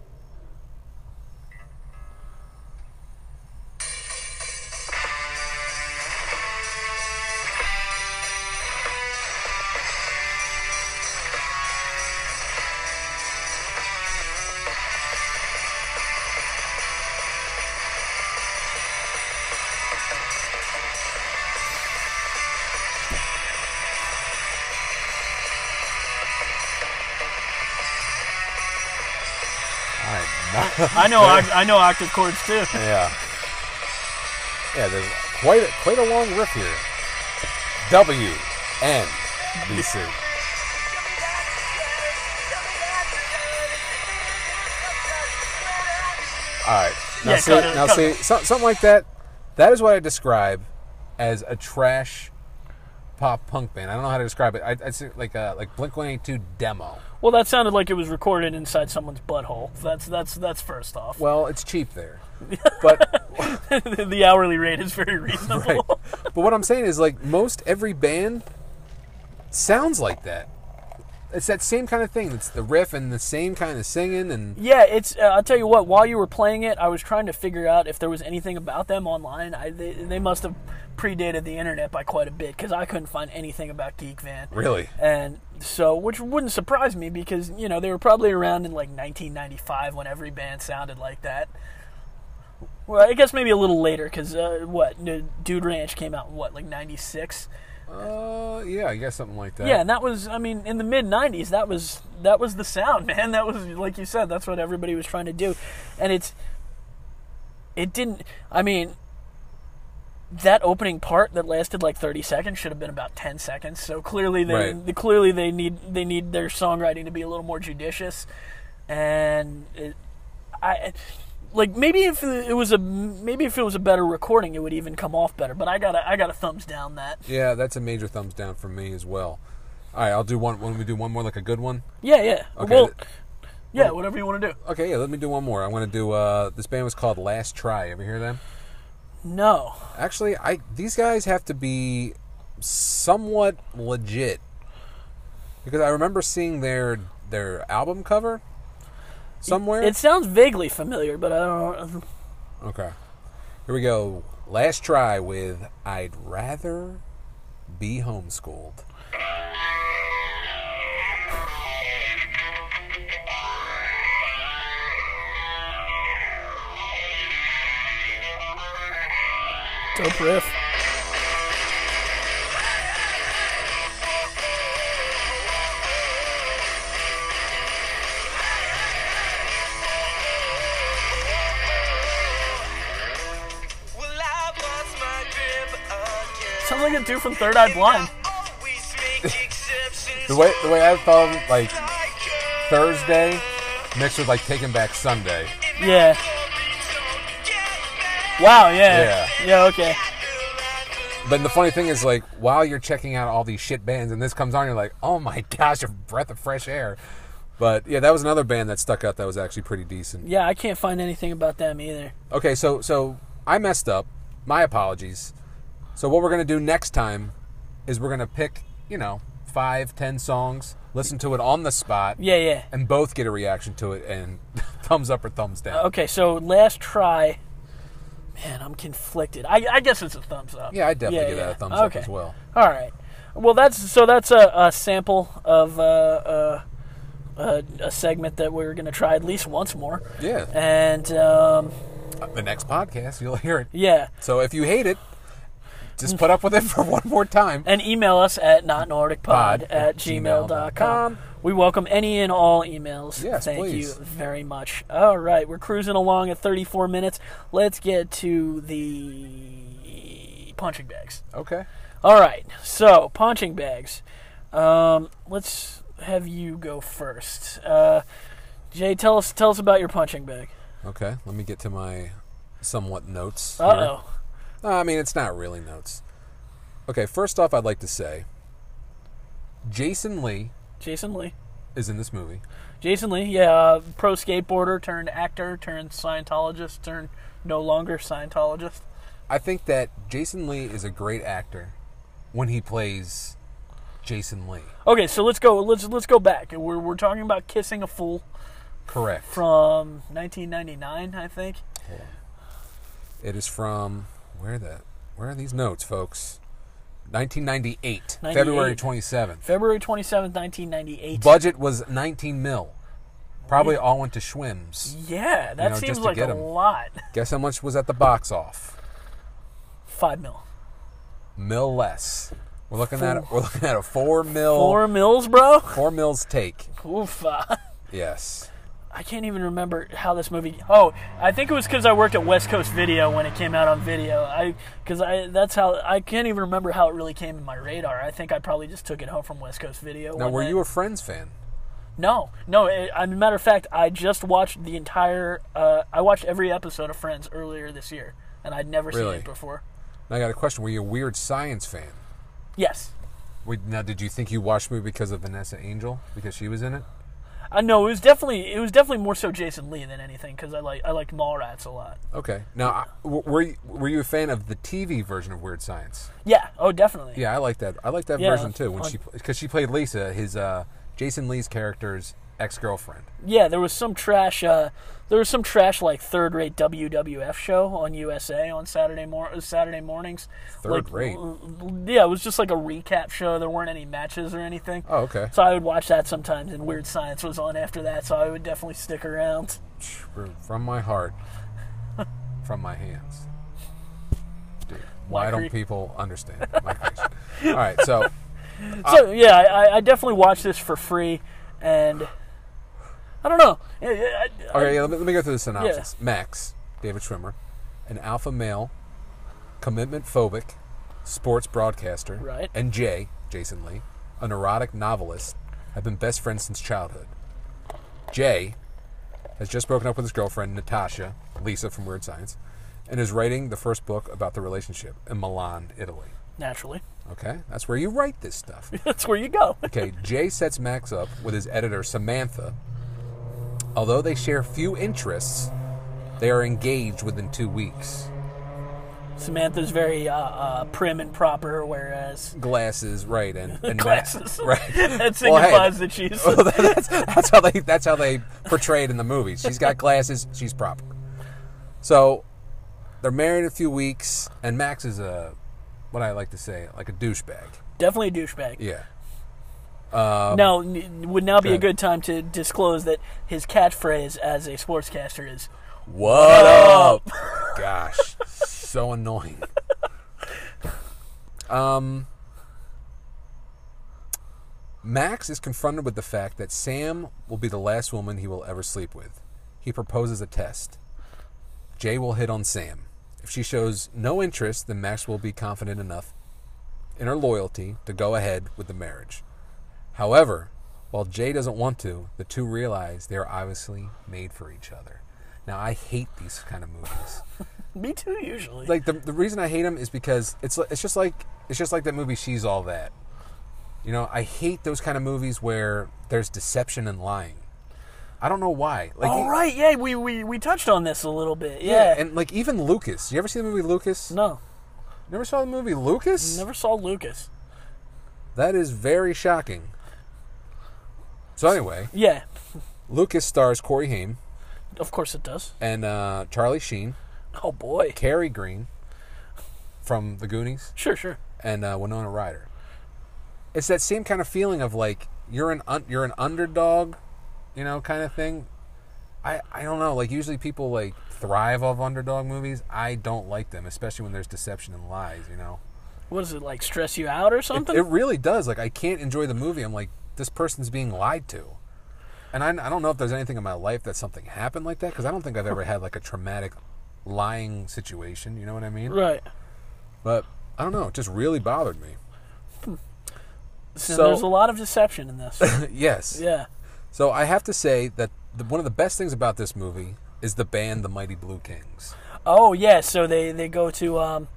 I'm not- I know I, I know octave chords too. yeah. Yeah, there's quite a, quite a long riff here. W N B C. All right. Now Yeah, see, cut it, now cut see, so, something like that. That is what I describe as a trash pop punk band. I don't know how to describe it. I, I'd say like a like Blink One Eight Two demo. Well, that sounded like it was recorded inside someone's butthole. That's that's that's first off. Well, it's cheap there, but the hourly rate is very reasonable. right. But what I'm saying is like most every band sounds like that. It's that same kind of thing. It's the riff and the same kind of singing and Yeah, it's. Uh, I'll tell you what. While you were playing it, I was trying to figure out if there was anything about them online. I, they, they must have predated the internet by quite a bit because I couldn't find anything about Geek Van. really. And so, which wouldn't surprise me because you know they were probably around in like 1995 when every band sounded like that. Well, I guess maybe a little later because uh, what N- Dude Ranch came out in what like 96. Uh, yeah, I guess something like that. Yeah, and that was I mean in the mid 90s that was that was the sound, man. That was like you said that's what everybody was trying to do. And it's it didn't I mean that opening part that lasted like 30 seconds should have been about 10 seconds. So clearly they Right. the- clearly they need they need their songwriting to be a little more judicious. And it, I like maybe if it was a maybe if it was a better recording it would even come off better, but I got to I got to thumbs down that. Yeah, that's a major thumbs down for me as well. All right, I'll do one. When we do one more, like a good one. Yeah, yeah. Okay, well, th- yeah, whatever you want to do. Okay, yeah, let me do one more. I'm gonna do. Uh, this band was called Last Try. Ever hear them? No. Actually, I these guys have to be somewhat legit because I remember seeing their their album cover somewhere. It sounds vaguely familiar, but I don't. okay, here we go. Last Try with I'd rather be homeschooled. Dope riff. Well, I lost my grip again. Sounds like a dude from Third Eye Blind. Always make exceptions. The way the way I felt like Like Thursday mixed with like Taking Back Sunday. Yeah. Wow. Yeah. Yeah. Yeah. okay. But the funny thing is, like, while you're checking out all these shit bands and this comes on, you're like, oh my gosh, a breath of fresh air. But yeah, that was another band that stuck out that was actually pretty decent. Yeah, I can't find anything about them either. Okay, so so I messed up. My apologies. So what we're gonna do next time is we're gonna pick, you know, five, ten songs, listen to it on the spot, Yeah. Yeah. and both get a reaction to it and thumbs up or thumbs down. Okay. So last try. Man, I'm conflicted. I, I guess it's a thumbs up. Yeah, I definitely give that a thumbs up Okay. as well. All right. Well, that's so. That's a, a sample of uh, uh, uh, a segment that we are going to try at least once more. Yeah. And um, The next podcast, you'll hear it. yeah, So if you hate it, just put up with it for one more time. and email us at notnordicpod Pod at at gmail.com. gmail.com. We welcome any and all emails. Yes, Thank please. you very much. All right, we're cruising along at 34 minutes. Let's get to the punching bags. Okay. All right, so punching bags. Um, let's. have you go first. Uh, Jay, tell us tell us about your punching bag. Okay, let me get to my somewhat notes. here. Uh oh. No, I mean, it's not really notes. Okay, first off, I'd like to say Jason Lee Jason Lee. is in this movie. Jason Lee, yeah, uh, pro skateboarder turned actor turned Scientologist turned no longer Scientologist. I think that Jason Lee is a great actor when he plays Jason Lee. Okay, so let's go. Let's let's go back. We're we're talking about kissing a fool Correct. from 1999, I think. it is from where the where are these notes, folks? 1998, 98. February 27th. February 27th, 1998. Budget was 19 mil. Probably all went to Schwims. yeah, that know, seems just to like get a 'em. lot. Guess how much was at the box off? Five mil. Mil less. We're looking at we're looking at a four mil Four mils, bro. four mils take. Oof. uh, Yes. I can't even remember how this movie. Oh, I think it was because I worked at West Coast Video when it came out on video. I because I that's how I can't even remember how it really came in my radar. I think I probably just took it home from West Coast Video. Now, one were night. you a Friends fan? No, no. It, as a matter of fact, I just watched the entire. Uh, I watched every episode of Friends earlier this year, and I'd never Really? seen it before. Now, I got a question. Were you a weird science fan? Yes, Wait, Now, did you think you watched the movie because of Vanessa Angel because she was in it? I know it was definitely it was definitely more so Jason Lee than anything because I like I liked Mallrats a lot. Okay. Now, I- w- were you, were you a fan of the TV version of Weird Science? Yeah. Oh, definitely. Yeah, I like that. I like that Yeah, version too. When on- she because she played Lisa, his uh, Jason Lee's character's ex girlfriend. Yeah, there was some trash. Uh, there was some trash like third rate WWF show on USA on Saturday mor- Saturday mornings. Third Like, rate? l- l- yeah, it was just like a recap show. There weren't any matches or anything. Oh, okay. So I would watch that sometimes, and Weird Science was on after that. So I would definitely stick around. From my heart, from my hands. Dude, why don't cre- people understand my creation? All right, so Uh, So yeah, I, I- I definitely watched this for free, and I don't know. Yeah, yeah, I- Okay, yeah, let, me, let me go through the synopsis. Max, David Schwimmer, an alpha male, commitment phobic, sports broadcaster, Right. and Jay, Jason Lee, a neurotic novelist, have been best friends since childhood. Jay has just broken up with his girlfriend, Natasha, Lisa from Weird Science, and is writing the first book about the relationship in Milan, Italy. naturally, Okay, that's where you write this stuff. that's where you go. Okay, Jay sets Max up with his editor, Samantha. Although they share few interests, they are engaged within two weeks. Samantha's very uh, uh, prim and proper, whereas Glasses, right, and, and Ma- glasses. right. that Well, hey. signifies that she's Well, that's, that's how they that's how they portrayed in the movie. She's got glasses, she's proper. So they're married a few weeks, and Max is a what I like to say, like a douchebag. definitely a douchebag. Yeah. Um, now, n- would now be go a ahead. good time to disclose that his catchphrase as a sportscaster is What up? Gosh, so annoying. Um, Max is confronted with the fact that Sam will be the last woman he will ever sleep with. He proposes a test. Jay will hit on Sam. If she shows no interest, then Max will be confident enough in her loyalty to go ahead with the marriage. However, while Jay doesn't want to, the two realize they are obviously made for each other. Now, I hate these kind of movies. "Me too." Usually, Like the, the reason I hate them is because it's li- it's just like it's just like that movie She's All That. You know, I hate those kind of movies where there's deception and lying. I don't know why. Like all e- right, yeah, we, we we touched on this a little bit, yeah. and like even Lucas. You ever see the movie Lucas? no, Never saw the movie Lucas? never saw Lucas. That is very shocking. So anyway, Yeah, Lucas stars Corey Haim of course it does. and uh, Charlie Sheen. Oh boy, Carrie Green from The Goonies sure, sure. and uh, Winona Ryder. It's that same kind of feeling of like you're an un- you're an underdog, you know, kind of thing. I I don't know. Like usually people like thrive off underdog movies. I don't like them, especially when there's deception and lies. You know, What does it like? Stress you out or something? it really does. Like I can't enjoy the movie. I'm like this person's being lied to. And I, I don't know if there's anything in my life that something happened like that because I don't think I've ever had like a traumatic lying situation. You know what I mean? right. But I don't know, it just really bothered me. So, So- Hmm. there's a lot of deception in this. yes. yeah. So I have to say that the, one of the best things about this movie is the band, the Mighty Blue Kings. Oh yeah. So they they go to um,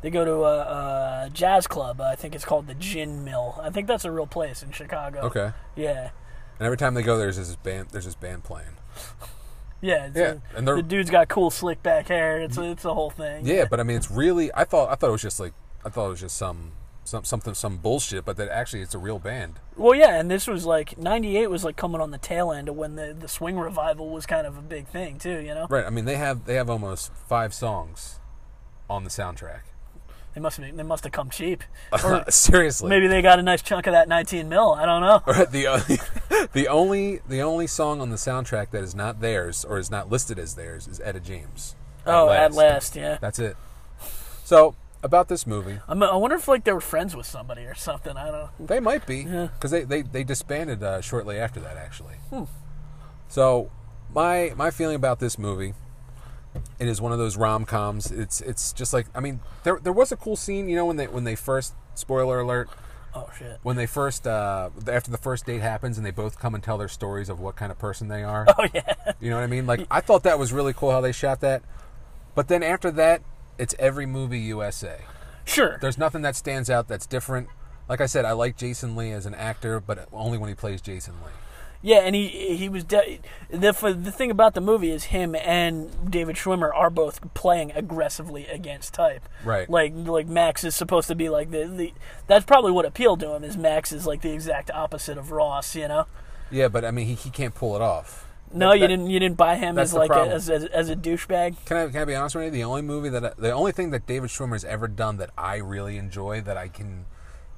they go to a, a jazz club. I think it's called the Gin Mill. I think that's a real place in Chicago. Okay. Yeah. And every time they go, there's this band. There's this band playing. Yeah. It's Yeah, a- and they're- the dude's got cool slick back hair. It's a, it's a whole thing. Yeah, but I mean, it's really. I thought. I thought it was just like. I thought it was just some. Some something. Some bullshit. But that actually, it's a real band. Well, yeah, and this was like '98 was like coming on the tail end of when the the swing revival was kind of a big thing too. You know, Right. I mean, they have they have almost five songs on the soundtrack. they must have they must have come cheap, or Seriously. maybe they got a nice chunk of that 19 mil. I don't know. the only, the only the only song on the soundtrack that is not theirs or is not listed as theirs is Etta James. Oh, at last, yeah. That's it. So about this movie, I'm, I wonder if like they were friends with somebody or something. I don't. they might be because they, they they disbanded uh, shortly after that actually. Hmm. So my my feeling about this movie, it is one of those rom coms. It's it's just like I mean there there was a cool scene you know when they when they first spoiler alert Oh shit. when they first uh, after the first date happens and they both come and tell their stories of what kind of person they are. Oh yeah. You know what I mean? Like I thought that was really cool how they shot that. But then after that, it's every movie USA. Sure. There's nothing that stands out that's different. Like I said, I like Jason Lee as an actor, but only when he plays Jason Lee. Yeah, and he he was de- the f- the thing about the movie is him and David Schwimmer are both playing aggressively against type. Right. Like like Max is supposed to be like the, the that's probably what appealed to him is Max is like the exact opposite of Ross, you know. Yeah, but I mean, he, he can't pull it off. No, That- you that- didn't you didn't buy him that's as the like a, problem. as, as as a douchebag. Can I, can I be honest with you? The only movie that I, the only thing that David Schwimmer's ever done that I really enjoy that I can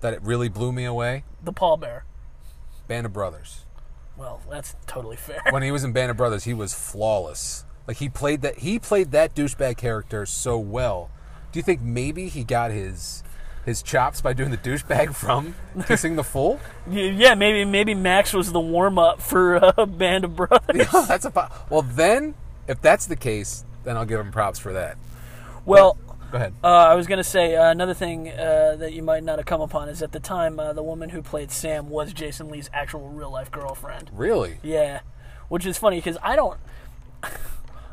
that it really blew me away, The pallbearer. Band of Brothers. Well, that's totally fair. when he was in Band of Brothers, he was flawless. Like he played that he played that douchebag character so well. Do you think maybe he got his his chops by doing the douchebag from kissing the fool? Y- Yeah, maybe maybe Max was the warm up for uh, Band of Brothers. Oh, that's a po- well. Then if that's the case, then I'll give him props for that. Well, Go ahead. Uh, I was going to say uh, another thing uh, that you might not have come upon is at the time uh, the woman who played Sam was Jason Lee's actual real life girlfriend. really? Yeah, which is funny because I don't,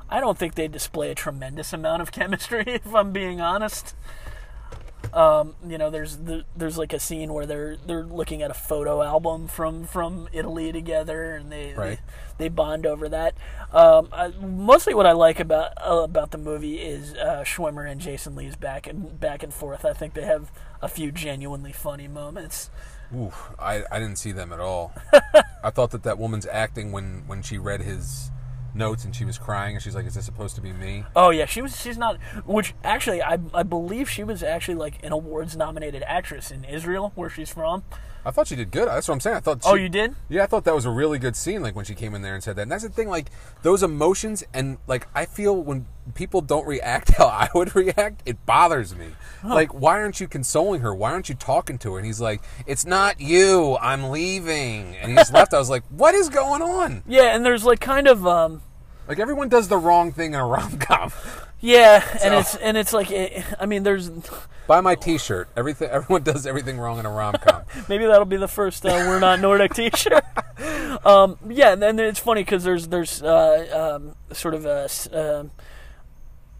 I don't think they display a tremendous amount of chemistry. If I'm being honest, um, you know, there's the, there's like a scene where they're they're looking at a photo album from from Italy together, and they Right. they, they bond over that. Um, I, mostly, what I like about uh, about the movie is uh, Schwimmer and Jason Lee's back and back and forth. I think they have a few genuinely funny moments. Ooh, I I didn't see them at all. I thought that that woman's acting when when she read his notes and she was crying and she's like, "Is this supposed to be me?" Oh yeah, she was. She's not. Which actually, I I believe she was actually like an awards nominated actress in Israel, where she's from. I thought she did good. That's what I'm saying. I thought. She, Oh, you did? Yeah, I thought that was a really good scene. Like when she came in there and said that. And that's the thing. Like those emotions and like I feel when people don't react how I would react, it bothers me. Like why aren't you consoling her? Why aren't you talking to her? And he's like, "It's not you. I'm leaving." And he just left. I was like, "What is going on?" Yeah, and there's like kind of um. Like everyone does the wrong thing in a rom com. Yeah, and it's and it's like it, I mean, there's Buy my T-shirt. Everything. Everyone does everything wrong in a rom com. maybe that'll be the first uh, we're not Nordic T-shirt. um, yeah, and then it's funny because there's there's uh, um, sort of a. s- Um,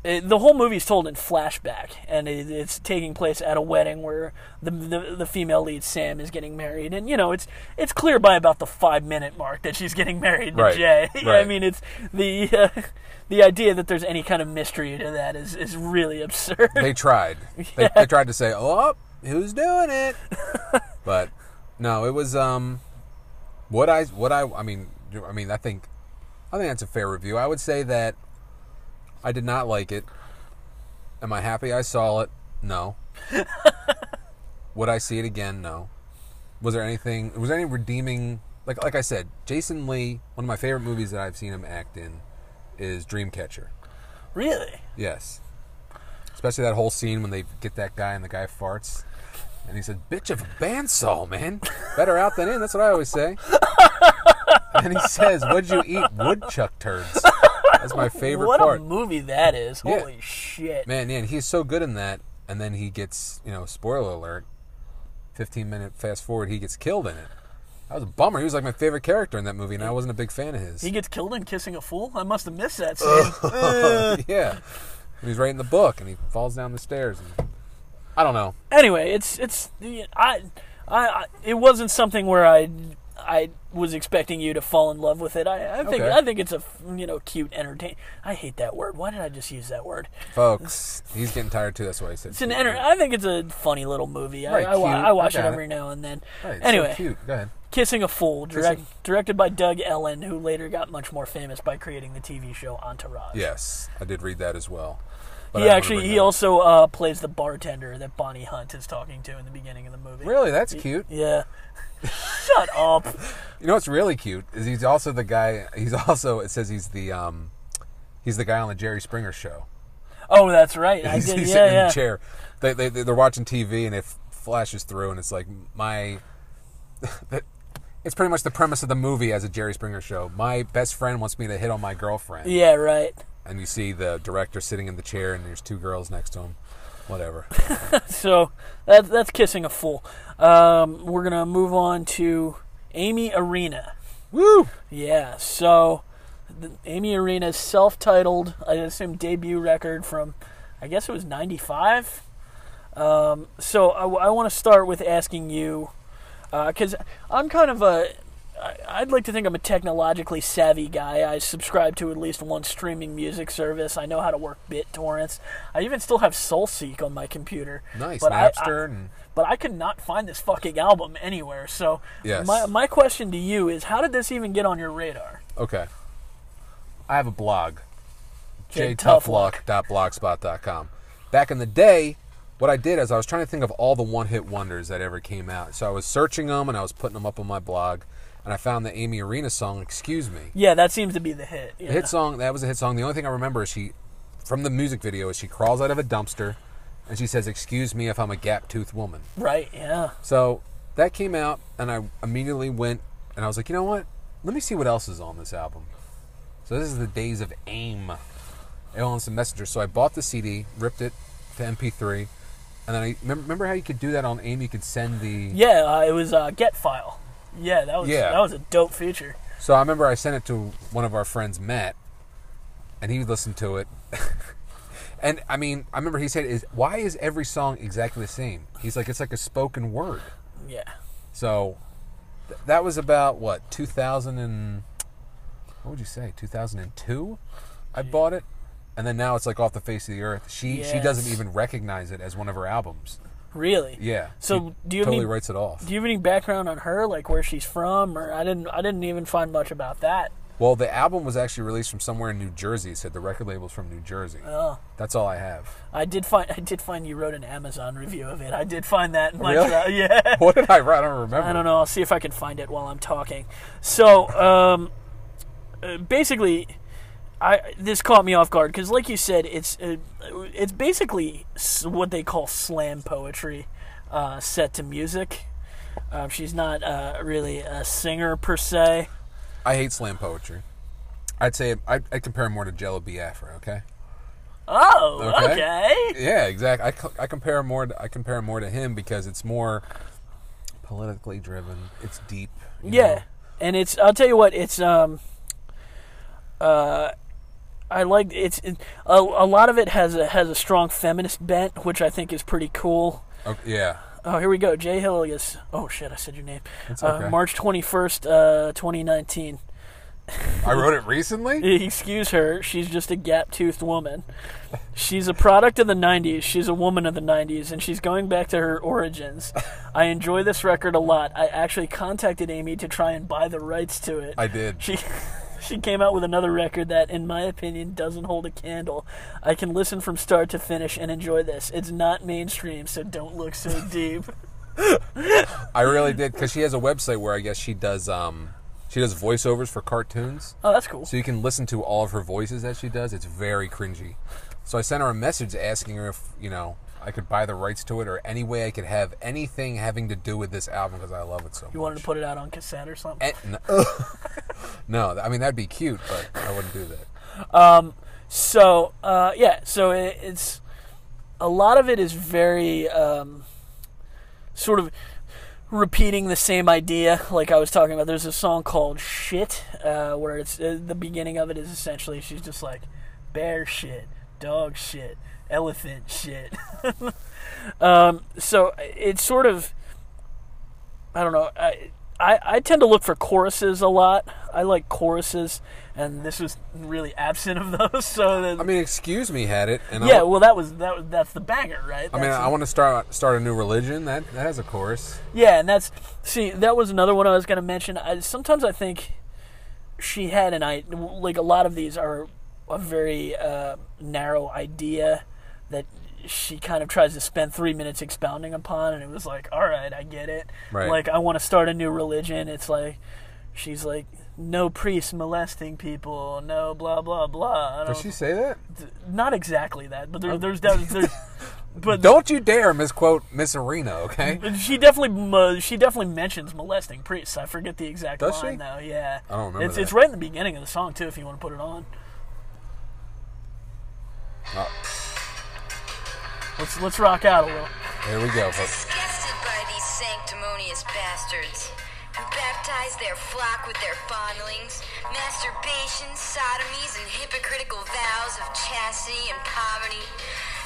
it, the whole movie's told in flashback, and it, it's taking place at a wedding where the, the the female lead Sam is getting married, and you know it's it's clear by about the five minute mark that she's getting married to Right, Jay. I right. mean, it's the uh, the idea that there's any kind of mystery to that is is really absurd. they tried. They, they tried to say, "Oh, who's doing it?" but no, it was um, what I what I I mean I mean I think I think that's a fair review. I would say that I did not like it. Am I happy I saw it? No. would I see it again? No. Was there anything? Was there any redeeming? Like like I said, Jason Lee. One of my favorite movies that I've seen him act in is Dreamcatcher. really? Yes. Especially that whole scene when they get that guy and the guy farts. And he said, Bitch of a bandsaw, man. Better out than in. That's what I always say. and he says, What'd you eat? Woodchuck turds. That's my favorite what part. a movie that is! Yeah. Holy shit! man, yeah, and he's so good in that. And then he gets, you know, spoiler alert, 15 minute fast forward, he gets killed in it. That was a bummer. He was like my favorite character in that movie, and I wasn't a big fan of his. He gets killed in kissing a fool. I must have missed that scene. yeah. When he's writing the book and he falls down the stairs. And, I don't know. anyway, it's it's I, I I it wasn't something where I I was expecting you to fall in love with it. I, I think Okay. I think it's a you know cute entertain. I hate that word. Why did I just use that word? Folks, he's getting tired too. That's why he said It's an enter- I think it's a funny little movie. I, Right, I, wa- cute. I watch I it got it. every now and then. Right, it's so Oh, anyway, cute. Go ahead. Kissing a Fool, direct, Kissing- directed by Doug Ellen, who later got much more famous by creating the TV show Entourage. Yes, I did read that as well. But He I don't wanna actually bring he that up. also uh, plays the bartender that Bonnie Hunt is talking to in the beginning of the movie. Really, that's cute. Yeah. Shut up. You know what's really cute is he's also the guy. He's also it says he's the um, he's the guy on the Jerry Springer show. Oh, that's right. I He's, did. he's yeah, sitting yeah. in the chair. They, they they're watching TV and it flashes through and it's like my. It's pretty much the premise of the movie as a Jerry Springer show. My best friend wants me to hit on my girlfriend. Yeah, right. And you see the director sitting in the chair and there's two girls next to him. Whatever. So that, that's kissing a fool. Um, we're gonna move on to Amy Arena. Woo! Yeah. So the, Amy Arena's self-titled, I assume, debut record from, I guess it was '95. Um, so I, want to start with asking you, because I'm kind of a, I, I'd like to think I'm a technologically savvy guy. I subscribe to at least one streaming music service. I know how to work BitTorrents. I even still have SoulSeek on my computer. Nice. But I- Napster I- and but I could not find this fucking album anywhere. So Yes. my my question to you is, how did this even get on your radar? Okay. I have a blog. Jay jtoughluck.blogspot.com. Back in the day, what I did is I was trying to think of all the one-hit wonders that ever came out. So I was searching them and I was putting them up on my blog, and I found the Amy Arena song "Excuse Me." Yeah, that seems to be the hit. Yeah. The hit song that was a hit song. The only thing I remember is she, from the music video, is she crawls out of a dumpster, and she says, "Excuse me if I'm a gap-toothed woman." right. Yeah. So that came out, and I immediately went and I was like, you know what? Let me see what else is on this album. So this is the days of AIM, Aliens and Messenger. So I bought the CD, ripped it to MP3, and then I remem- remember how you could do that on AIM. You could send the Yeah, uh, it was uh, Get File. Yeah, that was Yeah. that was a dope feature. So I remember I sent it to one of our friends, Matt, and he listened to it. and I mean, I remember he said, "Is why is every song exactly the same?" He's like, "It's like a spoken word." Yeah. So th- that was about what 2000 and what would you say 2002? I bought it, and then now it's like off the face of the earth. She she doesn't Yes. even recognize it as one of her albums. Really. Yeah. So she do you have totally any- writes it off? Do you have any background on her, like where she's from, or I didn't I didn't even find much about that. well, the album was actually released from somewhere in New Jersey. It said the record label's from New Jersey. Oh. That's all I have. I did find I did find you wrote an Amazon review of it. I did find that in my Really? tra- yeah. What did I write? I don't remember. I don't know. I'll see if I can find it while I'm talking. So, um, uh, basically, I this caught me off guard because, like you said, it's uh, it's basically s- what they call slam poetry uh, set to music. Um, she's not uh, really a singer per se. I hate slam poetry. I'd say I, I compare more to Jello Biafra. Okay. Oh, okay. Okay. Yeah, exactly. I, co- I compare more. To, I compare more to him because it's more politically driven. It's deep. you Yeah, know? and it's I'll tell you what it's um, uh, I like it's it, a, a lot of it has a has a strong feminist bent, which I think is pretty cool. Okay, yeah. Oh, here we go. Jay Hill is. Oh shit, I said your name. okay. uh, March twenty first, uh, twenty nineteen. I wrote it recently. Excuse her. She's just a gap-toothed woman. She's a product of the '90s. She's a woman of the '90s, and she's going back to her origins. I enjoy this record a lot. I actually contacted Amy to try and buy the rights to it. I did. She she came out with another record that, in my opinion, doesn't hold a candle. I can listen from start to finish and enjoy this. It's not mainstream, so don't look so deep. I really did because she has a website where I guess she does um she does voiceovers for cartoons, Oh, that's cool. so you can listen to all of her voices that she does. It's very cringy. So I sent her a message asking her if you know I could buy the rights to it or any way I could have anything having to do with this album because I love it so much. You wanted to put it out on cassette or something? Eh, no. no, I mean that'd be cute, but I wouldn't do that. So uh, yeah, so it, it's a lot of it is very um, sort of repeating the same idea like I was talking about. There's a song called Shit, uh, where it's uh, the beginning of it is essentially she's just like bear shit, dog shit, elephant shit. um, so it's sort of I don't know. I, I I tend to look for choruses a lot. I like choruses, and this was really absent of those. So then, I mean, excuse me, had it. And yeah, I, well, that was that was that's the banger, right? I mean, That's- I want to start start a new religion. That that has a chorus. Yeah, and that's see that was another one I was going to mention. I, sometimes I think she had an I like a lot of these are a very uh, narrow idea that she kind of tries to spend three minutes expounding upon, and it was like, all right, I get it. Right. Like I want to start a new religion. It's like she's like. No priests molesting people. No blah blah blah. I Does don't, she say that? not exactly that, but there, there's there's, there's but Don't you dare misquote Miss Arena, okay? But she definitely mo- she definitely mentions molesting priests. I forget the exact Does line she? now. Yeah, I don't remember It's it's that. right in the beginning of the song too. If you want to put it on, Oh, let's let's rock out a little. here we go. folks. Disgusted by these sanctimonious bastards who baptize their flock with their fondlings, masturbations, sodomies, and hypocritical vows of chastity and poverty.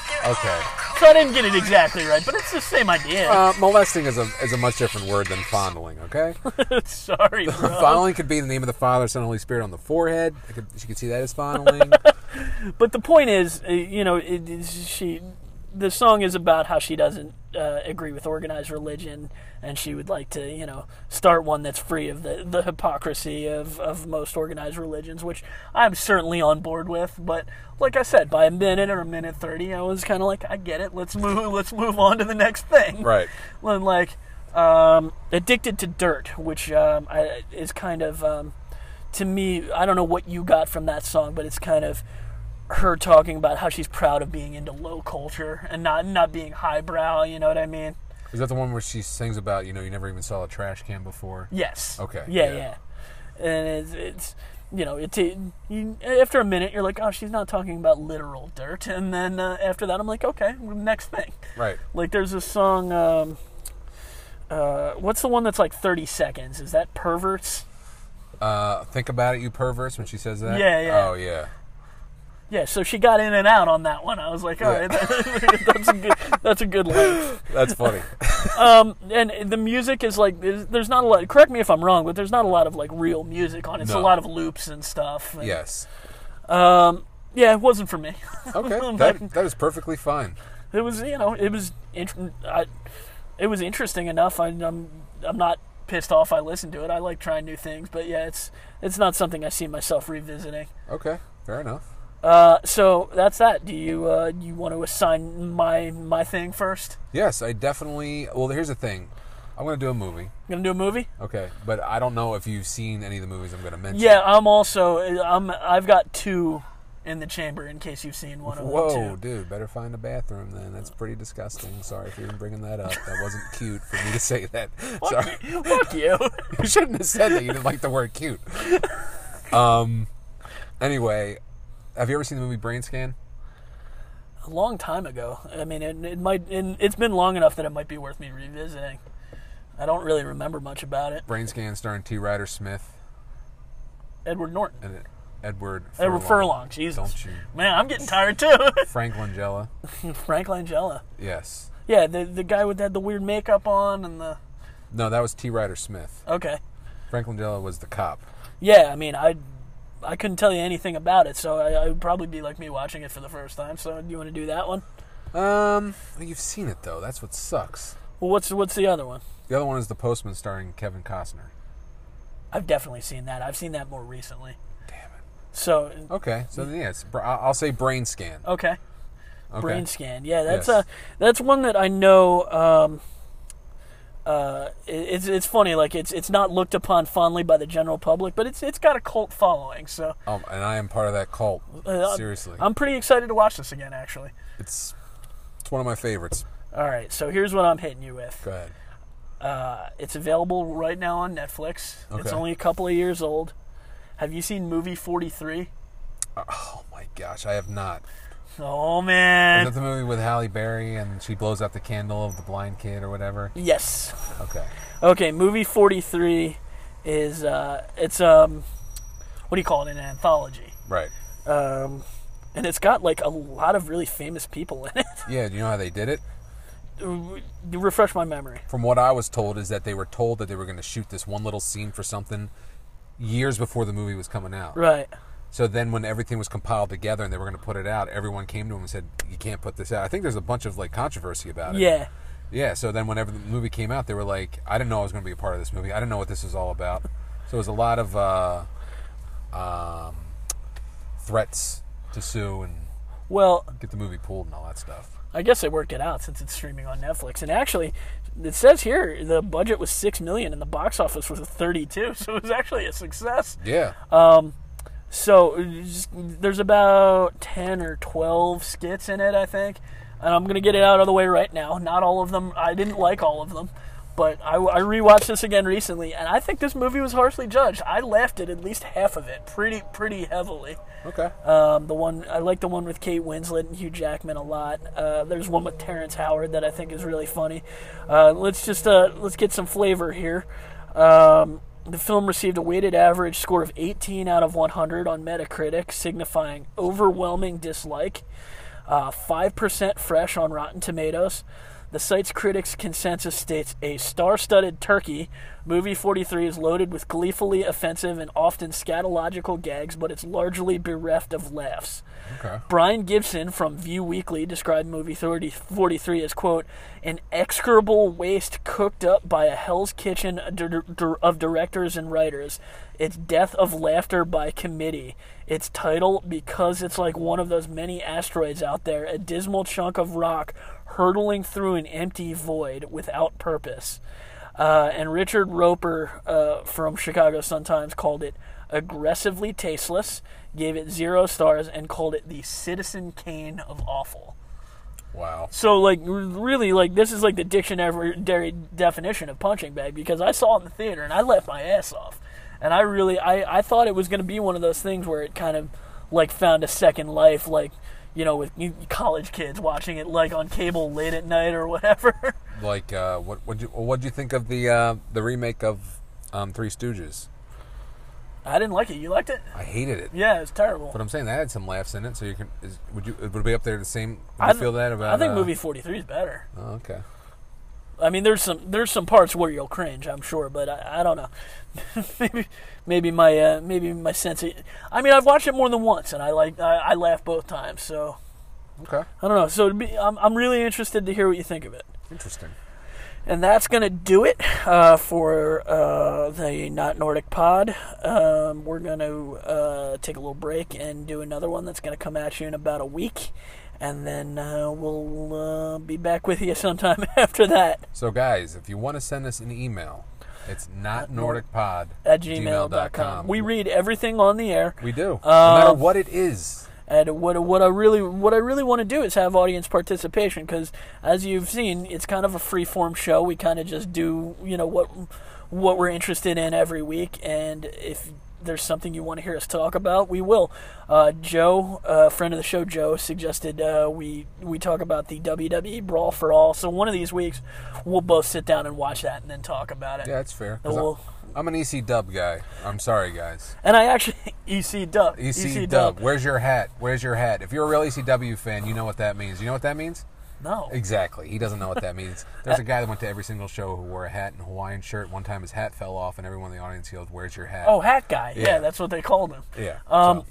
They're Okay. all So I didn't get it exactly right, but it's the same idea. Uh, molesting is a is a much different word than fondling, okay? Sorry, bro. fondling could be the name of the Father, Son, and Holy Spirit on the forehead. I could, you could see that as fondling. but the point is, uh, you know, it, it's- she the song is about how she doesn't uh, agree with organized religion, and she would like to, you know, start one that's free of the, the hypocrisy of, of most organized religions, which I'm certainly on board with. But like I said, by a minute or a minute thirty, I was kind of like, I get it. Let's move. Let's move on to the next thing. Right. When like um, addicted to dirt, which um, I, is kind of um, to me, I don't know what you got from that song, but it's kind of her talking about how she's proud of being into low culture and not not being highbrow. You know what I mean? Is that the one where she sings about, you know, you never even saw a trash can before? Yes. Okay, Yeah, yeah. yeah. And it's, it's you know, it, it you, after a minute, you're like, oh, she's not talking about literal dirt, and then uh, after that, I'm like, okay, next thing. Right. Like, there's a song. Um, uh, what's the one that's like 30 seconds? Is that perverts? Uh, think about it, you perverts, when she says that? Yeah, yeah. Oh, yeah. Yeah, so she got in and out on that one. I was like, all Yeah. right, that's a good, that's a good length. That's funny. And the music is like, there's, there's not a lot. Correct me if I'm wrong, but there's not a lot of like real music on it. It's a No. lot of loops and stuff. And, yes. yeah, it wasn't for me. Oh, Okay. That, that is perfectly fine. it was, you know, it was, int- I, it was interesting enough. I, I'm, I'm not pissed off. I listened to it. I like trying new things, but yeah, it's, it's not something I see myself revisiting. Okay. Fair enough. Uh, so that's that. Do you, uh, you want to assign my, my thing first? Yes, I definitely. Well, here's the thing. I'm going to do a movie. Gonna do a movie? Okay. But I don't know if you've seen any of the movies I'm going to mention. Yeah, I'm also I'm I've got two in the chamber in case you've seen one of them Whoa, too. dude, better find a bathroom then. That's pretty disgusting. Sorry for even bringing that up. That wasn't cute for me to say that. Sorry. Fuck you. You shouldn't have said that. You didn't like the word cute. Um, anyway, have you ever seen the movie Brain Scan? a long time ago. I mean, it, it might it, it's been long enough that it might be worth me revisiting. I don't really remember much about it. Brain Scan starring T. Ryder Smith Edward Norton. and Edward Edward Furlong. Jesus. Don't you. Man, I'm getting tired too. Frank Langella. Frank Langella. Yes. Yeah, the the guy with that the weird makeup on and the No, that was T. Ryder Smith. okay. Frank Langella was the cop. Yeah, I mean, I I couldn't tell you anything about it, so I, I would probably be like me watching it for the first time. So, do you want to do that one? Um, well, you've seen it though. That's what sucks. Well, what's what's the other one? The other one is The Postman starring Kevin Costner. I've definitely seen that. I've seen that more recently. Damn it. So Okay, so then, yeah, it's, br- I'll I'll say Brain Scan. okay, Okay. Oh, brain scan. Yeah, that's uh Yes. that's one that I know. Um, uh, it- it's it's funny. Like it's it's not looked upon fondly by the general public, but it's it's got a cult following. So Um, and I am part of that cult. uh, Seriously, I'm pretty excited to watch this again. Actually, it's it's one of my favorites. all right. So here's what I'm hitting you with. Uh, Go ahead. It's available right now on Netflix. It's Okay. only a couple of years old. Have you seen Movie 43? Oh my gosh, I have not. Oh Is man. that the movie with Halle Berry and she blows out the candle of the blind kid or whatever? Yes. Okay. Okay, movie 43 is uh it's um what do you call it an anthology. Right. Um and it's got like a lot of really famous people in Yeah, do you know how they did it? it. Refresh my memory. From what I was told is that they were told that they were going to shoot this one little scene for something years before the movie was coming out. Right. So then when everything was compiled together and they were going to put it out, everyone came to him and said, "You can't put this out." I think there's a bunch of like controversy about it. Yeah. Yeah, so then whenever the movie came out, they were like, I didn't know I was going to be a part of this movie. I didn't know what this is all about. So it was a lot of uh, um, threats to sue and Well, get the movie pulled and all that stuff. I guess they worked it out since it's streaming on Netflix. And actually, it says here the budget was 6 million and the box office was 32, so it was actually a success. Yeah. Uh, So uh, just- there's about 10 or 12 skits in it, I think. And I'm going to get it out of the way right now. Not all of them. I didn't like all of them. But I, I rewatched this again recently, and I think this movie was harshly judged. I laughed at at least half of it pretty pretty heavily. okay. Um, the one I like the one with Kate Winslet and Hugh Jackman a lot. Uh, there's one with Terrence Howard that I think is really funny. Uh, let's just uh, let's get some flavor here. Um, the film received a weighted average score of 18 out of 100 on Metacritic, signifying overwhelming dislike. Uh, Five percent fresh on Rotten Tomatoes. The site's critics' consensus states a star-studded turkey. Movie 43 is loaded with gleefully offensive and often scatological gags, but it's largely bereft of laughs. okay. Brian Gibson from View Weekly described movie 30, 43 as, quote, an execrable waste cooked up by a hell's kitchen dir- dir- of directors and writers. It's death of laughter by committee. Its title, because it's like one of those many asteroids out there, a dismal chunk of rock hurtling through an empty void without purpose. Uh, and Richard Roper uh, from Chicago Sun-Times called it aggressively tasteless, gave it zero stars, and called it the Citizen Kane of awful. Wow. So, like, r- really, like, this is like the dictionary definition of punching bag because I saw it in the theater and I laughed my ass off. And I really, I, I thought it was going to be one of those things where it kind of, like, found a second life, like, you know, with you- college kids watching it, like, on cable late at night or whatever. Like, uh, what what you what do you think of the uh, the remake of um, Three Stooges? I didn't like it. You liked it? I hated it. Yeah, it's terrible. But I'm saying that had some laughs in it. So you can is, would you would it be up there the same? Would I you th- feel that about? I think uh, movie 43 is better. Oh, okay. I mean, there's some there's some parts where you'll cringe, I'm sure, but I, I don't know. maybe maybe my uh, maybe my sense. Of, I mean, I've watched it more than once, and I like I, I laugh both times. So Okay. I don't know. So it'd be, I'm I'm really interested to hear what you think of it. Interesting. And that's going to do it uh, for uh, the Not Nordic Pod. Um, we're going to uh, take a little break and do another one that's going to come at you in about a week. And then uh, we'll uh, be back with you sometime after that. So, guys, if you want to send us an email, it's not NordicPod At gmail.com. We read everything on the air. we do. no Um, matter what it is. And what what I really what I really want to do is have audience participation because, as you've seen, it's kind of a free form show. We kind of just do you know what what we're interested in every week, and if there's something you want to hear us talk about, we will. Uh, Joe, uh, friend of the show, Joe suggested uh, we we talk about the WWE Brawl for All. So one of these weeks, we'll both sit down and watch that, and then talk about it. Yeah, that's fair. 'cause And we'll- I'm, I'm an EC Dub guy. I'm sorry, guys. And I actually EC E Dub EC, E Dub. Where's your hat? Where's your hat? If you're a real ECW fan, you know what that means. You know what that means? E No. Exactly. He doesn't know what that means. There's a guy that went to every single show who wore a hat and Hawaiian shirt. One time his hat fell off, and everyone in the audience yelled, "Where's your hat?" Oh, Hat Guy. Yeah, Yeah. that's what they called him. yeah. Um, so,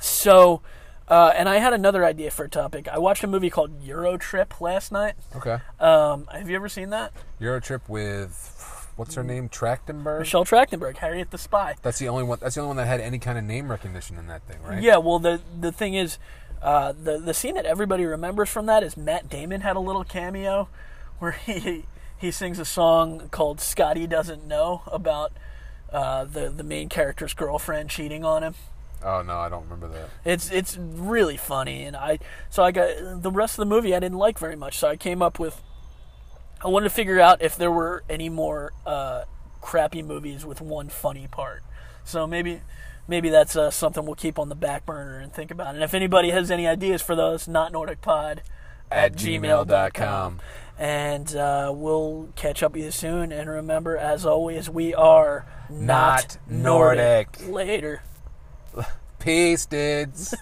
So, uh, and I had another idea for a topic. I watched a movie called Euro Trip last night. okay. Um, have you ever seen that? Euro trip with what's her name? Trachtenberg. Michelle Trachtenberg, Harriet the Spy. That's the only one. That's the only one that had any kind of name recognition in that thing, right? Yeah, well, the the thing is, uh, the the scene that everybody remembers from that is Matt Damon had a little cameo, where he he sings a song called "Scotty Doesn't Know" about uh, the the main character's girlfriend cheating on him. Oh no, I don't remember that. It's it's really funny, and I so I got the rest of the movie I didn't like very much, so I came up with I wanted to figure out if there were any more uh, crappy movies with one funny part. So maybe maybe that's uh, something we'll keep on the back burner and think about. And if anybody has any ideas for those, not Nordic Pod At gmail.com. And uh, we'll catch up with you soon. And remember, as always, we are Not Nordic. Later. Peace, dudes.